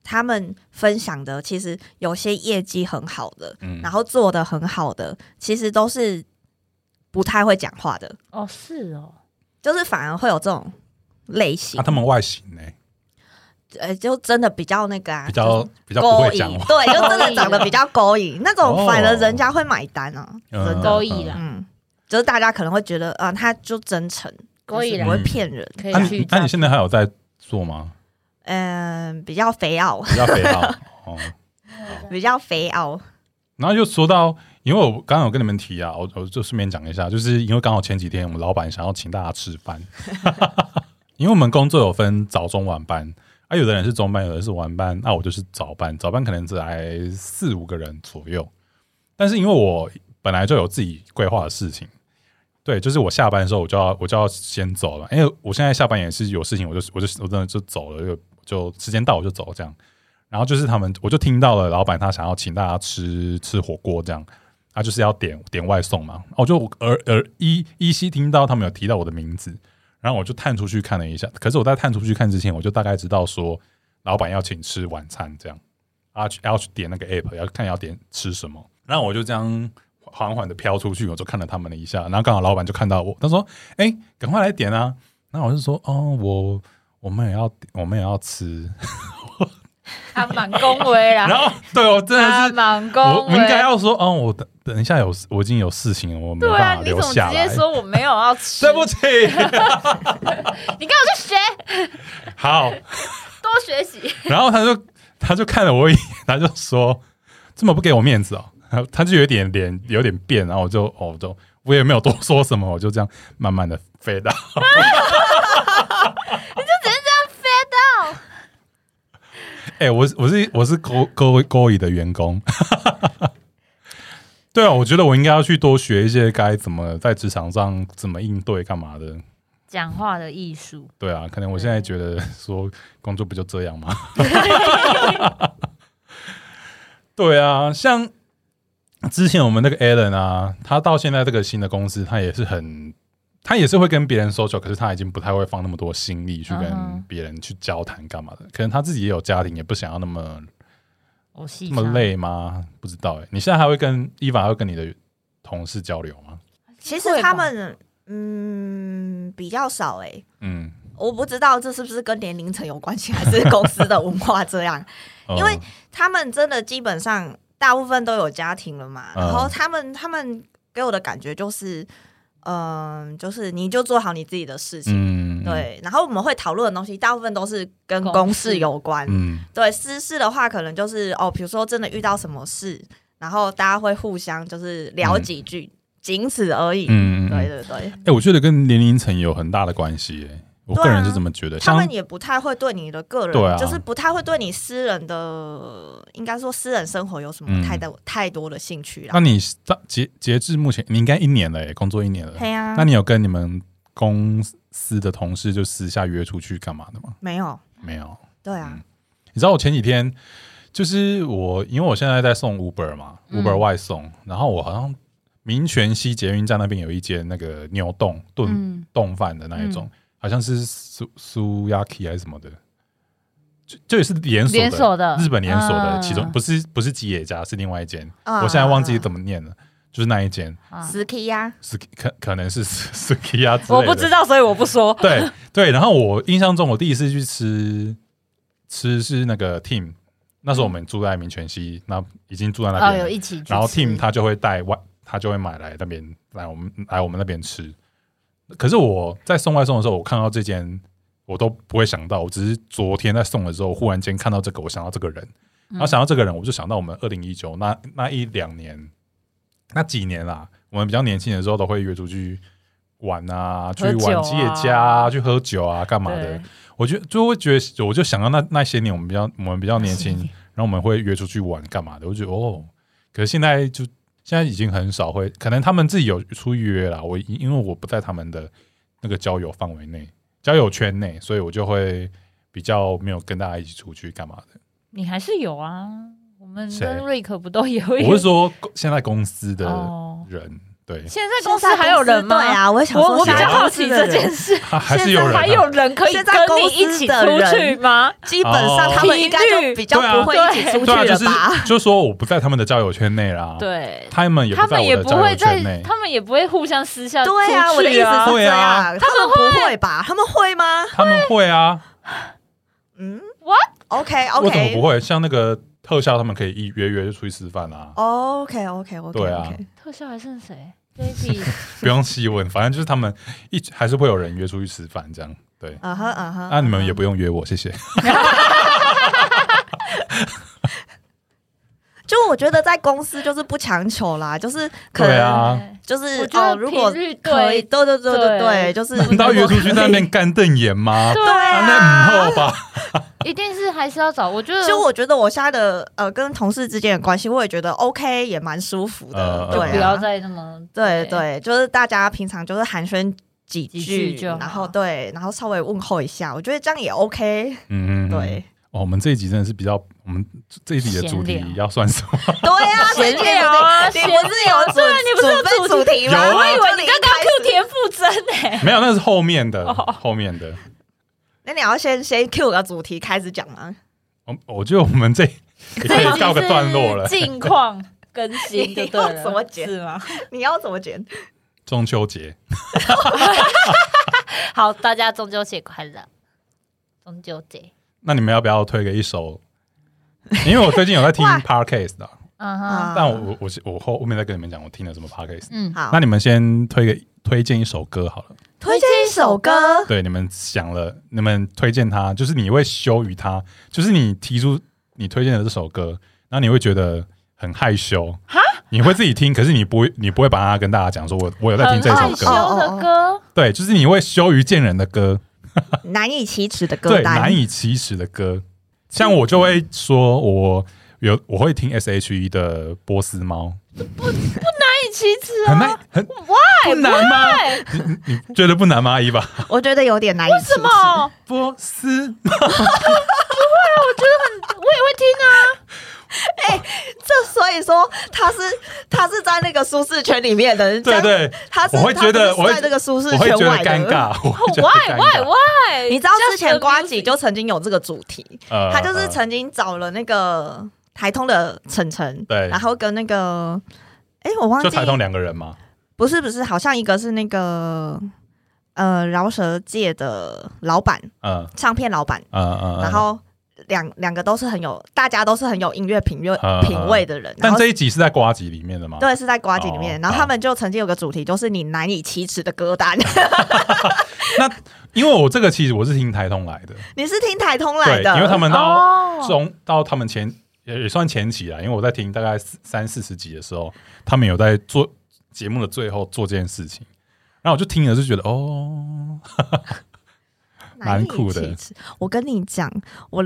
Speaker 2: 他们分享的，其实有些业绩很好的，
Speaker 1: 嗯，
Speaker 2: 然后做的很好的，其实都是不太会讲话的，
Speaker 3: 哦，是哦，
Speaker 2: 就是反而会有这种类型
Speaker 1: 啊，，他们外形呢
Speaker 2: 呃，就真的比较那个啊，
Speaker 1: 比较比较
Speaker 2: 就
Speaker 1: 不
Speaker 2: 勾
Speaker 1: 会
Speaker 2: 引
Speaker 1: 讲话，，哦
Speaker 2: 对，就真的长得比较勾引，那种反而人家会买单啊，
Speaker 1: 嗯
Speaker 2: 真的，
Speaker 3: 勾引啦，
Speaker 2: 嗯，就是大家可能会觉得啊，他就真诚，
Speaker 3: 勾引
Speaker 2: 就是
Speaker 3: 啦
Speaker 2: 不会骗人，啊
Speaker 3: 可以
Speaker 1: 那嗯
Speaker 3: 去
Speaker 1: 啊你那
Speaker 3: 诈
Speaker 1: 你现在还有在做吗？
Speaker 2: 嗯，比较肥傲，
Speaker 1: 比较肥 皂哦。
Speaker 2: 比较肥傲，
Speaker 1: 然后又说到，因为我刚刚有跟你们提啊，我我就顺便讲一下，就是因为刚好前几天我们老板想要请大家吃饭， 因为我们工作有分早中晚班，啊，有的人是中班，有的人是晚班，那、我就是早班，早班可能只来四五个人左右，但是因为我本来就有自己规划的事情。对，就是我下班的时候，我就要我就要先走了，因为我现在下班也是有事情，我就我就我真的就走了，就就时间到我就走这样。然后就是他们，我就听到了老板他想要请大家吃吃火锅这样，他就是要点点外送嘛。我就耳耳依依稀听到他们有提到我的名字，然后我就探出去看了一下。可是我在探出去看之前，我就大概知道说老板要请吃晚餐这样，啊去要去点那个 app 要看要点吃什么。然后我就这样缓缓的飘出去，我就看了他们了一下，然后刚好老板就看到我，他说：“哎、赶快来点啊！”然后我就说：“哦，我我们也要我们也要吃。”
Speaker 3: 他蛮恭维啦，
Speaker 1: 然后对我真的
Speaker 3: 他
Speaker 1: 是
Speaker 3: 蛮
Speaker 1: 我
Speaker 3: 恭
Speaker 1: 我应该
Speaker 3: 维，
Speaker 1: 要说，哦，我的等一下有我已经有事情，我没
Speaker 3: 对啊
Speaker 1: 办法，
Speaker 3: 你怎
Speaker 1: 留
Speaker 3: 么
Speaker 1: 下
Speaker 3: 直
Speaker 1: 来。
Speaker 3: 接说我没有要 吃？
Speaker 1: 对不起，
Speaker 3: 你跟我去学，
Speaker 1: 好。
Speaker 3: 多学习。
Speaker 1: 然后他就他就看了我一眼，他就说这么不给我面子哦，然后他就有点脸有点变，然后我就哦我就我也没有多说什么，我就这样慢慢的飞到，
Speaker 3: 飞到
Speaker 1: 哎、我是我是我是勾勾勾引的员工。 对啊，我觉得我应该要去多学一些该怎么在职场上怎么应对干嘛的。
Speaker 3: 讲话的艺术，
Speaker 1: 对啊，可能我现在觉得 说工作不就这样吗？ 对啊，像之前我们那个 Alan 啊，他到现在这个新的公司，他也是很，他也是会跟别人 social，可是他已经不太会放那么多心力去
Speaker 3: 嗯
Speaker 1: 跟
Speaker 3: 哼
Speaker 1: 别人去交谈干嘛的。可能他自己也有家庭，也不想要那么
Speaker 3: 我细
Speaker 1: 那么
Speaker 3: 想，
Speaker 1: 累吗？不知道哎、你现在还会跟伊娃还会跟你的同事交流吗？
Speaker 2: 其实
Speaker 3: 会吧
Speaker 2: 他们嗯比较少哎、
Speaker 1: 嗯，
Speaker 2: 我不知道这是不是跟年龄层有关系，还是公司的文化这样。
Speaker 1: 呃
Speaker 2: 因为他们真的基本上大部分都有家庭了嘛，
Speaker 1: 嗯
Speaker 2: 然后他们他们给我的感觉就是，嗯、就是你就做好你自己的事情。
Speaker 1: 嗯，
Speaker 2: 对，然后我们会讨论的东西，大部分都是跟
Speaker 3: 公
Speaker 2: 公
Speaker 3: 事
Speaker 2: 事有关。
Speaker 1: 嗯
Speaker 2: 对私事的话，可能就是哦，比如说真的遇到什么事，然后大家会互相就是聊
Speaker 1: 嗯
Speaker 2: 几句，仅此而已。
Speaker 1: 嗯嗯嗯
Speaker 2: 对对对，
Speaker 1: 哎、我觉得跟年龄层有很大的关系、欸，我
Speaker 2: 对啊
Speaker 1: 个人是这么觉得。
Speaker 2: 他
Speaker 1: 像
Speaker 2: 们也不太会对你的个人，
Speaker 1: 对啊
Speaker 2: 就是不太会对你私人的，应该说私人生活有什
Speaker 1: 嗯
Speaker 2: 么太多、太多的兴趣
Speaker 1: 那
Speaker 2: 啦。
Speaker 1: 你到截截至目前，你应该一年了、欸，工作一年了。
Speaker 2: 对呀、
Speaker 1: 那你有跟你们公司的同事就私下约出去干嘛的吗？
Speaker 2: 没有？
Speaker 1: 没有。
Speaker 2: 对啊，
Speaker 1: 嗯你知道我前几天就是我，因为我现在在送 Uber 嘛、
Speaker 3: 嗯
Speaker 1: u b e r 外送，然后我好像民权西捷运站那边有一间那个牛冻炖
Speaker 3: 嗯，
Speaker 1: 冻饭的那一种，好像是苏苏 yaki 还是什么的，就就也是连锁的
Speaker 3: 连锁的
Speaker 1: 日本连锁的，
Speaker 3: 嗯
Speaker 1: 其中不是不是吉野家，是另外一间，
Speaker 2: 啊
Speaker 1: 我现在忘记怎么念了，就是那一间
Speaker 3: 啊
Speaker 2: 十 K 呀，
Speaker 1: s 可可能是 s k i 啊之类
Speaker 3: 我
Speaker 1: 的
Speaker 3: 不知道，所以我不说。
Speaker 1: 对对，然后我印象中，我第一次去吃吃是那个 Team，那时候我们住在民权西，那已经住在那
Speaker 3: 哦，
Speaker 1: 边了、
Speaker 3: 有一起去吃，
Speaker 1: 然后 Team 他就会带外，他就会买来那边来我们来我们那边吃。可是我在送外送的时候，我看到这间我都不会想到，我只是昨天在送的时候，忽然间看到这个，我想到这个人，
Speaker 3: 嗯
Speaker 1: 然后想到这个人，我就想到我们二零一九那那一两年那几年啦，我们比较年轻的时候都会约出去玩啊，去
Speaker 3: 喝酒
Speaker 1: 玩
Speaker 3: 啊
Speaker 1: 吉野家、啊、去喝酒啊，干嘛的
Speaker 3: 对？
Speaker 1: 我觉得就会觉得，我就想到那那些年我们比较我们比较年轻，然后我们会约出去玩干嘛的？我觉得哦，可是现在就现在已经很少会，可能他们自己有出约啦。我因因为我不在他们的那个交友范围内、交友圈内，所以我就会比较没有跟大家一起出去干嘛的。
Speaker 3: 你还是有啊。我们
Speaker 1: 谁
Speaker 3: 跟瑞克不都有一？
Speaker 1: 我是说现在公司的
Speaker 3: 哦，
Speaker 1: 人，对，
Speaker 3: 现在公司还有人吗？
Speaker 2: 对啊，我也想说
Speaker 3: 我我比
Speaker 2: 现在公司
Speaker 3: 较好奇
Speaker 2: 的
Speaker 3: 这
Speaker 2: 人
Speaker 3: 件事，
Speaker 1: 啊、还是
Speaker 2: 现
Speaker 1: 有
Speaker 2: 在
Speaker 1: 人、啊、
Speaker 3: 还有人可以
Speaker 2: 现
Speaker 3: 跟
Speaker 2: 在公
Speaker 3: 你
Speaker 2: 司的
Speaker 3: 一起出去吗？
Speaker 2: 基本上
Speaker 1: 哦
Speaker 2: 他们应该就比较不会一起出去
Speaker 1: 对啊，就
Speaker 2: 了
Speaker 1: 是
Speaker 2: 吧？
Speaker 1: 就是说我不在他们的交友圈内啦，，
Speaker 3: 对，
Speaker 1: 他们哦也
Speaker 3: 他
Speaker 1: 不在
Speaker 3: 们
Speaker 1: 我
Speaker 3: 也
Speaker 1: 的
Speaker 3: 不
Speaker 1: 交
Speaker 3: 会
Speaker 1: 友圈内
Speaker 3: 在，。他们也不会互相私下出
Speaker 2: 对啊，我的意
Speaker 3: 去
Speaker 2: 思是
Speaker 3: 啊。
Speaker 2: 这
Speaker 1: 对啊
Speaker 2: 样，他们不会吧？他们会吗？
Speaker 1: 他们会啊，
Speaker 2: 嗯
Speaker 3: What？
Speaker 2: ，OK
Speaker 1: 我怎么不
Speaker 2: OK
Speaker 1: 会？像那个特效，他们可以一约约就出去吃饭啊，
Speaker 2: OK OK OK，
Speaker 1: 对啊
Speaker 3: 特效还剩谁？Baby，
Speaker 1: 不用细问，反正就是他们一还是会有人约出去吃饭这样。对，
Speaker 2: 嗯哼嗯哼，
Speaker 1: 那、你们也不用约我，谢谢。
Speaker 2: 就我觉得在公司就是不强求啦，就是可
Speaker 1: 对
Speaker 2: 能
Speaker 1: 啊，
Speaker 2: 就是
Speaker 3: 我觉得
Speaker 2: 哦，如果
Speaker 3: 频率
Speaker 2: 可以，
Speaker 3: 对
Speaker 2: 对对对对
Speaker 3: 对
Speaker 2: 对，就是
Speaker 1: 难道约出去在那边
Speaker 2: 面？
Speaker 1: 干瞪眼吗？
Speaker 3: 对
Speaker 1: 啊，那母后吧，
Speaker 3: 一定是还是要找。我觉得
Speaker 2: 就我觉得我现在的呃跟同事之间的关系，我也觉得 OK，也蛮舒服的，
Speaker 1: 呃
Speaker 3: 就
Speaker 2: 对、啊，
Speaker 3: 不要再那么
Speaker 2: 对对，就是大家平常就是寒暄几句，
Speaker 3: 几句就好
Speaker 2: 然后对，然后稍微问候一下，我觉得这样也 OK
Speaker 1: 嗯，嗯嗯
Speaker 2: 对。
Speaker 1: 哦，我们这一集真的是比较，我们这一集的主
Speaker 3: 闲
Speaker 1: 题
Speaker 3: 聊
Speaker 1: 要算什么？
Speaker 2: 对呀、啊，
Speaker 3: 闲聊啊
Speaker 2: 你
Speaker 3: 闲
Speaker 2: 不是有主，
Speaker 3: 对你不是有
Speaker 2: 准备
Speaker 3: 主
Speaker 2: 主题吗？
Speaker 1: 有啊
Speaker 3: 我以为
Speaker 2: 哦就
Speaker 3: 你刚刚 Q 田馥甄 呢，
Speaker 1: 没有，那是后面的，
Speaker 3: 哦
Speaker 1: 后面的。
Speaker 2: 那你要先先 Q 个主题开始讲吗？
Speaker 1: 我我觉得我们这也可以告个段落了。
Speaker 3: 近况更新就 对
Speaker 2: 你
Speaker 3: 了，
Speaker 2: 要怎么剪
Speaker 3: 是吗？
Speaker 2: 你要怎么剪？
Speaker 1: 中秋节，
Speaker 3: 好，大家中秋节快乐，中秋节
Speaker 1: 那你们要不要推给一首？因为我最近有在听 podcast 的，
Speaker 3: 嗯哼，
Speaker 2: 啊
Speaker 1: 但我我我我后后面再跟你们讲，我听了什么 podcast。
Speaker 3: 嗯，
Speaker 2: 好
Speaker 1: 那，你们先推个推荐一首歌好了，
Speaker 2: 推荐一首歌，
Speaker 1: 对，你们想了，你们推荐它，就是你会羞于它，就是你提出你推荐的这首歌，然后你会觉得很害羞，你会自己听，可是你不会，你不会把它跟大家讲说我，我有在听这
Speaker 3: 很害
Speaker 1: 首
Speaker 3: 羞
Speaker 1: 歌，
Speaker 3: 的歌，
Speaker 1: 对，就是你会羞于见人的歌，
Speaker 2: 难以启齿的歌
Speaker 1: 对，
Speaker 2: 单，
Speaker 1: 难以启齿的歌，像我就会说我。有我会听 S.H.E 的《波斯猫
Speaker 3: 一起指》，
Speaker 1: 很难很不难吗？
Speaker 3: 对，
Speaker 1: 你觉得不难吗？伊娃？
Speaker 2: 我觉得有点难以启
Speaker 3: 什
Speaker 2: 齿。
Speaker 3: 么？
Speaker 1: 波斯
Speaker 3: 我也会听啊，
Speaker 2: 这所以说他是他是在那个舒适圈里面的，
Speaker 1: 对对，
Speaker 2: 他是
Speaker 1: 我会觉得
Speaker 2: 他不
Speaker 1: 我
Speaker 2: 是
Speaker 1: 会
Speaker 2: 在这个舒适
Speaker 1: 我
Speaker 2: 圈
Speaker 1: 会觉得
Speaker 2: 外的
Speaker 1: 尴。尬，我会觉得
Speaker 3: why
Speaker 1: 尴
Speaker 3: why
Speaker 1: 尬。
Speaker 3: why？
Speaker 2: 你知道之前瓜
Speaker 3: 几
Speaker 2: 姐就曾经有这个主题，
Speaker 1: 呃
Speaker 2: 他就是曾经找了那个台通的晨晨，
Speaker 1: 对
Speaker 2: 然后跟那个哎我忘
Speaker 1: 就
Speaker 2: 记
Speaker 1: 台通两个人嘛，
Speaker 2: 不是不是，好像一个是那个呃饶舌界的老板，
Speaker 1: 嗯
Speaker 2: 唱片老板，
Speaker 1: 嗯嗯，嗯
Speaker 2: 然。后两两个都是很有，大家都是很有音乐品味
Speaker 1: 嗯嗯
Speaker 2: 品味的人，然
Speaker 1: 但
Speaker 2: 后
Speaker 1: 这一集是在瓜集里面的吗？，
Speaker 2: 对是在瓜集里面，
Speaker 1: 哦
Speaker 2: 然后
Speaker 1: 好
Speaker 2: 他们就曾经有个主题，就是你难以启齿的 歌单，
Speaker 1: 因为我这个其实我是听台通来的，
Speaker 2: 你是听台通来
Speaker 1: 对，
Speaker 2: 的，
Speaker 1: 因为他们到
Speaker 3: 哦，
Speaker 1: 中到他们前也也算前期啦，因为我在听大概四三四十集的时候，他们有在做节目的最后做这件事情，然后我就听了就觉得哦，蛮酷的
Speaker 2: 难以启齿。我跟你讲，我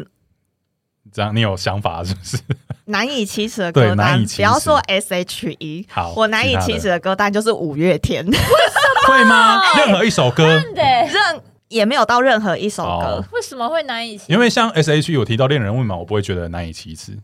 Speaker 1: 这样你有想法是不是？
Speaker 2: 难以启齿的
Speaker 1: 对
Speaker 2: 歌
Speaker 1: 难
Speaker 2: 单
Speaker 1: 以，启齿
Speaker 2: 不要说 S H E，
Speaker 1: 好，
Speaker 2: 我难以
Speaker 1: 其他的
Speaker 2: 启齿的歌单就是五月天，
Speaker 1: 会吗？任何一首歌，
Speaker 3: 真的耶，
Speaker 2: 任也没有到任何一首歌
Speaker 1: 哦。
Speaker 3: 为什么会难以启齿？
Speaker 1: 因为像 S H E 有提到恋人未满，我不会觉得难以启齿，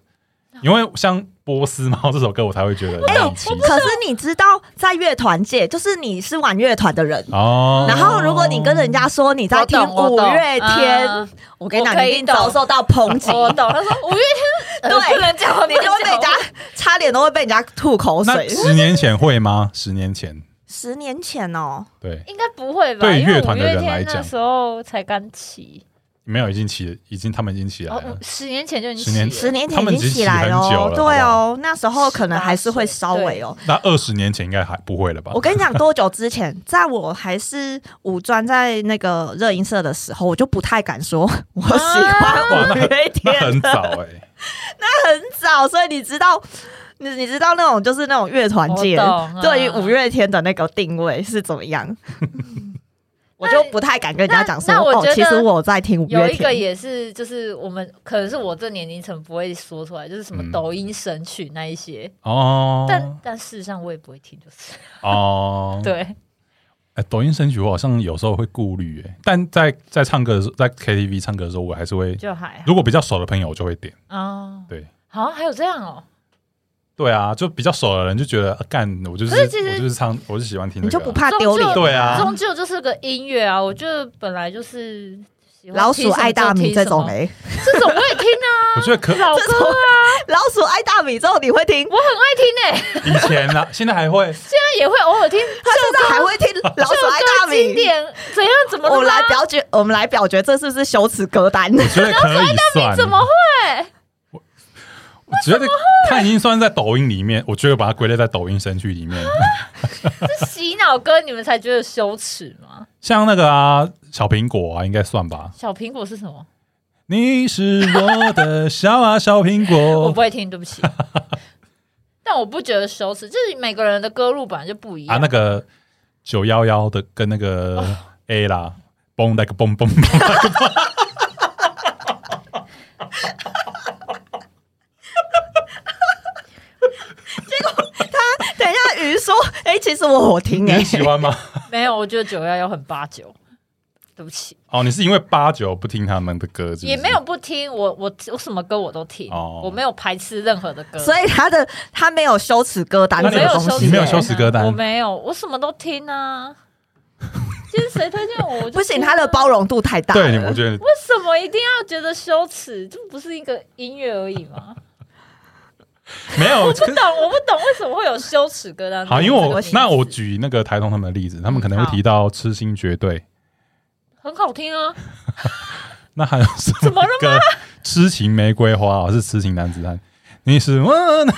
Speaker 1: 因为像波斯猫这首歌，我才会 觉得难以启齿。
Speaker 2: 可是你知道，在乐团界，就是你是玩乐团的人，
Speaker 1: 哦，
Speaker 2: 然后如果你跟人家说你在听
Speaker 3: 我懂我
Speaker 2: 五
Speaker 3: 懂
Speaker 2: 月天
Speaker 3: 嗯，
Speaker 2: 我跟你讲，
Speaker 3: 我可
Speaker 2: 你
Speaker 3: 以
Speaker 2: 一定遭受到抨 击，
Speaker 3: 我懂，他说五月天呃
Speaker 2: 对
Speaker 3: 不能讲，
Speaker 2: 你就会被人家差点都会被人家吐口
Speaker 1: 那
Speaker 2: 水。
Speaker 1: 十年前会吗？十年前，
Speaker 2: 十年前哦，
Speaker 1: 对，
Speaker 3: 应该不会吧？
Speaker 1: 对
Speaker 3: 因为
Speaker 1: 乐团的人
Speaker 3: 五月天
Speaker 1: 来讲
Speaker 3: 那时候才刚起，
Speaker 1: 没有，已经起，已经他们已经起来
Speaker 3: 哦
Speaker 1: 了，。
Speaker 3: 十年前就已经
Speaker 1: 十年
Speaker 3: 起了
Speaker 2: 十年前
Speaker 1: 啊他们
Speaker 2: 已
Speaker 1: 已经
Speaker 2: 经
Speaker 1: 起
Speaker 2: 起来
Speaker 1: 很久
Speaker 2: 哦
Speaker 1: 了，
Speaker 2: 对
Speaker 1: 好
Speaker 2: 哦，那时候可能还是会稍微哦。
Speaker 1: 那二十年前应该还不会了吧
Speaker 2: 我？跟你讲，多久之前， 在我还是五专在那个热音社的时候，我就不太敢说我喜
Speaker 1: 啊
Speaker 2: 欢五月
Speaker 1: 那
Speaker 2: 天了，
Speaker 1: 很早哎、
Speaker 2: 啊很早，所以你知道，你你知道那种就是那种乐团界
Speaker 3: 我懂啊
Speaker 2: 对于五月天的那个定位是怎么样，我就不太敢跟人家讲说
Speaker 3: 那那我
Speaker 2: 哦
Speaker 3: 觉，得
Speaker 2: 其实我在听五
Speaker 3: 有
Speaker 2: 月
Speaker 3: 一个
Speaker 2: 天。
Speaker 3: 也是，就是我们可能是我这年龄层不会说出来，就是什么
Speaker 1: 嗯
Speaker 3: 抖音神曲那一些，但
Speaker 1: 哦
Speaker 3: 但事实上我也不会听，就是
Speaker 1: 哦，
Speaker 3: 对，
Speaker 1: 哎、抖音神曲我好像有时候会顾虑哎，但在在唱歌的时候，在 K T V 唱歌的时候，我还是会，
Speaker 3: 就还好
Speaker 1: 如果比较熟的朋友，我就会点。
Speaker 3: 哦，
Speaker 1: 对，
Speaker 3: 好像还有这样哦，
Speaker 1: 对啊，就比较熟的人就觉得啊干、我就是
Speaker 3: 可是其实
Speaker 1: 我就是唱，我就喜欢听、
Speaker 2: 你
Speaker 1: 这个
Speaker 2: 就
Speaker 1: 啊
Speaker 2: 不怕丢脸？
Speaker 1: 对啊
Speaker 3: 终究就是个音乐啊，我觉得本来就是喜欢
Speaker 2: 老
Speaker 3: 听什
Speaker 2: 鼠
Speaker 3: 么
Speaker 2: 爱大
Speaker 3: 就
Speaker 2: 米
Speaker 3: 听
Speaker 2: 这
Speaker 3: 什
Speaker 2: 种
Speaker 3: 么
Speaker 2: 嘞，
Speaker 3: 这种我也听啊，
Speaker 1: 我觉得可
Speaker 3: 老
Speaker 2: 这
Speaker 3: 歌
Speaker 2: 种老鼠爱大米这种你会听，
Speaker 3: 我很爱听欸诶、
Speaker 1: 以前呢、现在还 会。
Speaker 3: 现在也会偶尔听
Speaker 2: 他现在还会听 老鼠爱大
Speaker 3: 更经
Speaker 2: 米。
Speaker 3: 典，怎样怎么
Speaker 2: 我
Speaker 3: 了
Speaker 2: 们来
Speaker 3: 吗？
Speaker 2: 表决，我们来表决，这是不是羞耻歌 单？
Speaker 1: 我觉得可以算，
Speaker 3: 怎么会？
Speaker 1: 我觉得他已经算在抖音里面，我觉得把它归类在抖音神曲里面。
Speaker 3: 是洗脑歌你们才觉得羞耻吗？
Speaker 1: 像那个啊，小苹果啊，应该算吧。
Speaker 3: 小苹果是什么？
Speaker 1: 你是我的小啊小苹
Speaker 3: 我
Speaker 1: 果
Speaker 3: 不会听，对 不起。但我不觉得羞耻，就是每个人的歌路本来就不一
Speaker 1: 啊，
Speaker 3: 样。
Speaker 1: 那个九幺幺的跟那个
Speaker 3: 哦
Speaker 1: A 啦，蹦那个蹦蹦 蹦，
Speaker 2: 等一下，鱼说：“哎、其实我我听
Speaker 1: 你
Speaker 2: 哎、
Speaker 1: 很喜欢吗？
Speaker 3: 没有，我觉得九幺幺很八九。对不起，
Speaker 1: 哦，你是因为八九不听他们的歌是不是，
Speaker 3: 也没有不听，我我我什么歌我都听，
Speaker 1: 哦
Speaker 3: 我没有排斥任何的歌，
Speaker 2: 所以他的他没有羞耻歌单
Speaker 1: 那
Speaker 2: 这
Speaker 1: 你
Speaker 2: 个
Speaker 1: 有
Speaker 2: 东
Speaker 1: 羞
Speaker 2: 西、
Speaker 1: 耻你没有羞耻歌单
Speaker 3: 啊我没有，我什么都听啊。今天谁推荐我，我就
Speaker 2: 不行，
Speaker 3: 听啊
Speaker 2: 他的包容度太大了。
Speaker 1: 对，我觉得
Speaker 3: 为什么一定要觉得羞耻？这不是一个音乐而已吗？
Speaker 1: 没有。
Speaker 3: 不懂，我不懂为什么会有羞耻歌单。
Speaker 1: 好，因为
Speaker 3: 这
Speaker 1: 我
Speaker 3: 个形式
Speaker 1: 那我举那个台通他们的例子，他们可能会提到《痴心绝对》，
Speaker 3: 很好听 啊，
Speaker 1: 那还有什么
Speaker 3: 怎么了
Speaker 1: 歌？痴情玫瑰花》哦是痴情男子汉，你是我的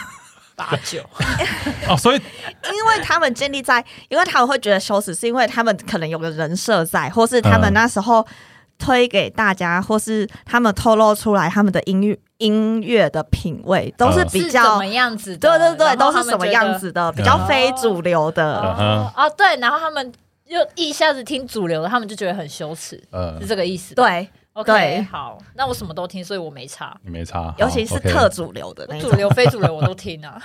Speaker 3: 八九，
Speaker 1: 嗯哦，所以
Speaker 2: 因为他们建立在，因为他们会觉得羞耻，是因为他们可能有个人设在，或是他们
Speaker 1: 嗯
Speaker 2: 那时候推给大家，或是他们透露出来他们的音乐音乐的品味都是
Speaker 1: 嗯
Speaker 2: 比
Speaker 3: 是怎
Speaker 2: 较
Speaker 3: 么。样子的？
Speaker 2: 对对对，
Speaker 3: 然后
Speaker 2: 都
Speaker 3: 他
Speaker 2: 是
Speaker 3: 们
Speaker 2: 什么
Speaker 3: 觉得
Speaker 2: 样子的？比较
Speaker 3: 嗯
Speaker 2: 非主流的，
Speaker 3: 哦
Speaker 1: 嗯，
Speaker 3: 哦对，然后他们又一下子听主流的，他们就觉得很羞耻，
Speaker 1: 呃
Speaker 3: 是，这个意思。
Speaker 2: 对，对
Speaker 3: ，OK，好，那我什么都听，所以我没差。
Speaker 1: 你没差，
Speaker 2: 尤其
Speaker 1: 好
Speaker 2: 是
Speaker 1: ，OK
Speaker 2: 特主流的那一
Speaker 3: 主
Speaker 2: 种。
Speaker 3: 流非主流我都听啊，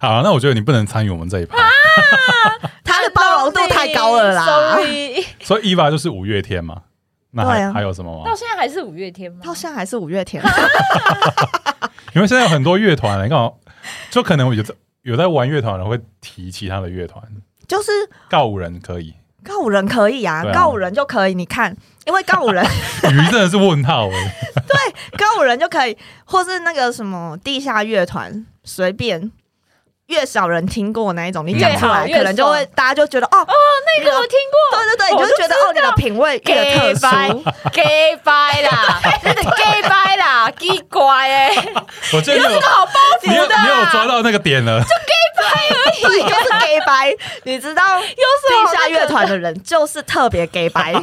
Speaker 1: 好，那我觉得你不能参与我们这一趴，
Speaker 2: 他的包容度太高了啦
Speaker 3: Sorry，，
Speaker 1: 所以 Eva 就是五月天嘛，那
Speaker 2: 对
Speaker 1: 还
Speaker 2: 啊
Speaker 1: 还有什么吗
Speaker 3: 到？现在还是五月天吗？
Speaker 2: 到现在还是五月天。啊
Speaker 1: 因为现在有很多乐团，你看哦，就可能有在有在玩乐团的人会提其他的乐团，
Speaker 2: 就是
Speaker 1: 告五人可以，
Speaker 2: 告五人可以啊
Speaker 1: 对，啊
Speaker 2: 告五人就可以。你看，因为告五人，
Speaker 1: 鱼真的是问号哎，
Speaker 2: 告五人就可以，或是那个什么地下乐团，随便。越少人听过那一种，你讲出来
Speaker 3: 越好
Speaker 2: 可能就会
Speaker 3: 越
Speaker 2: 大家就觉得哦，
Speaker 3: 那个我听过
Speaker 2: 对对对，你就会觉得哦，你的品味越特殊。
Speaker 3: ，gay 掰啦，真的 gay 掰啦，奇怪哎，
Speaker 1: 我觉得你有
Speaker 3: 好包
Speaker 1: 你有
Speaker 3: 的啊
Speaker 1: 你有抓到那个点了，
Speaker 2: 对，就是 gay 白，你知道
Speaker 3: 有
Speaker 2: 地下乐团的人就是特别 gay 白，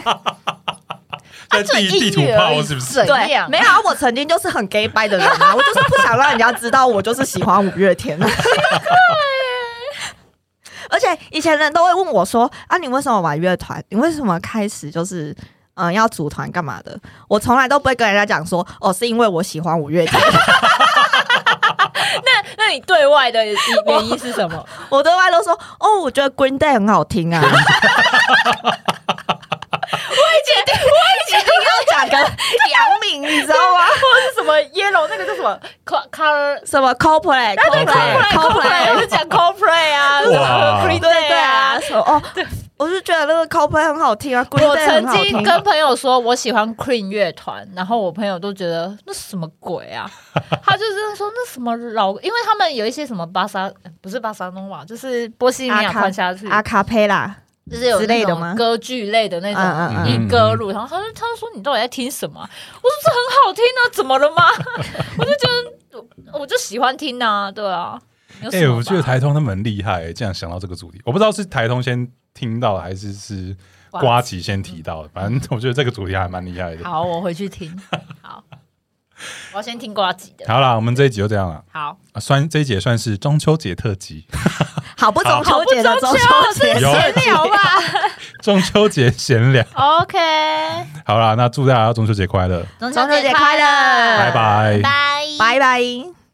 Speaker 1: 在
Speaker 3: 啊
Speaker 1: 地地图炮是不是？
Speaker 3: 怎
Speaker 2: 对，
Speaker 3: 样
Speaker 2: 没有啊，我曾经就是很 gay 白的人啊，我就是不想让人家知道我就是喜欢五月天。啊而且以前人都会问我说：“啊，你为什么玩乐团？你为什么开始就是嗯、呃要组团干嘛的？”我从来都不会跟人家讲说：“哦，是因为我喜欢五月天。
Speaker 3: 那那你对外的原因是什么？”
Speaker 2: 我对外都说：“哦，我觉得 Green Day 很好听啊。”
Speaker 3: 我以前
Speaker 2: 要讲个杨明，你 知道吗？
Speaker 3: 或是什么 yellow 那个叫什么 co- color
Speaker 2: 什么 Coldplay、
Speaker 1: Coldplay，
Speaker 3: Coldplay，我是讲 Coldplay 啊，什么
Speaker 1: 哇
Speaker 3: Green
Speaker 2: 对对
Speaker 3: Day
Speaker 2: 啊，
Speaker 3: 啊。
Speaker 2: 什么哦，我就觉得那个 Coldplay 很好听啊，Green
Speaker 3: 我
Speaker 2: Day 很
Speaker 3: 曾
Speaker 2: 好
Speaker 3: 经
Speaker 2: 听。啊
Speaker 3: 跟朋友说我喜欢 Queen 乐团，然后我朋友都觉得那什么鬼啊，他就是说那什么老，因为他们有一些什么巴萨不是巴萨诺瓦，就是波西米亚
Speaker 2: 阿卡
Speaker 3: 狂想曲，
Speaker 2: 阿卡佩拉，
Speaker 3: 就是有
Speaker 2: 之类
Speaker 3: 那
Speaker 2: 的
Speaker 3: 种
Speaker 2: 吗
Speaker 3: 歌剧类的那
Speaker 2: 嗯
Speaker 3: 种。
Speaker 2: 嗯嗯，
Speaker 3: 一歌路，然后他就他就说你到底在听什么啊、我说这很好听啊，怎么了吗？ 我就觉得我我就喜欢听啊，对啊。有什
Speaker 1: 哎、
Speaker 3: 么吧
Speaker 1: 我觉得台通他们很厉害、竟然想到这个主题。我不知道是台通先听到的，还是是瓜吉先提到的。反正我觉得这个主题还蛮厉害的。
Speaker 3: 好，我回去听。好，我要先听瓜吉的。
Speaker 1: 好啦，我们这一集就这样了。
Speaker 3: 好，
Speaker 1: 啊算这一节算是中秋节特辑，
Speaker 2: 好不中秋节的
Speaker 3: 好
Speaker 2: 中
Speaker 3: 不中秋
Speaker 2: 秋节，
Speaker 1: 有
Speaker 3: 闲聊吧。
Speaker 1: 中秋节闲聊。
Speaker 3: OK，
Speaker 1: 好啦，那祝大家中秋节快乐，
Speaker 3: 中
Speaker 2: 中秋节快乐
Speaker 1: 拜拜
Speaker 3: 拜拜。
Speaker 2: 拜拜。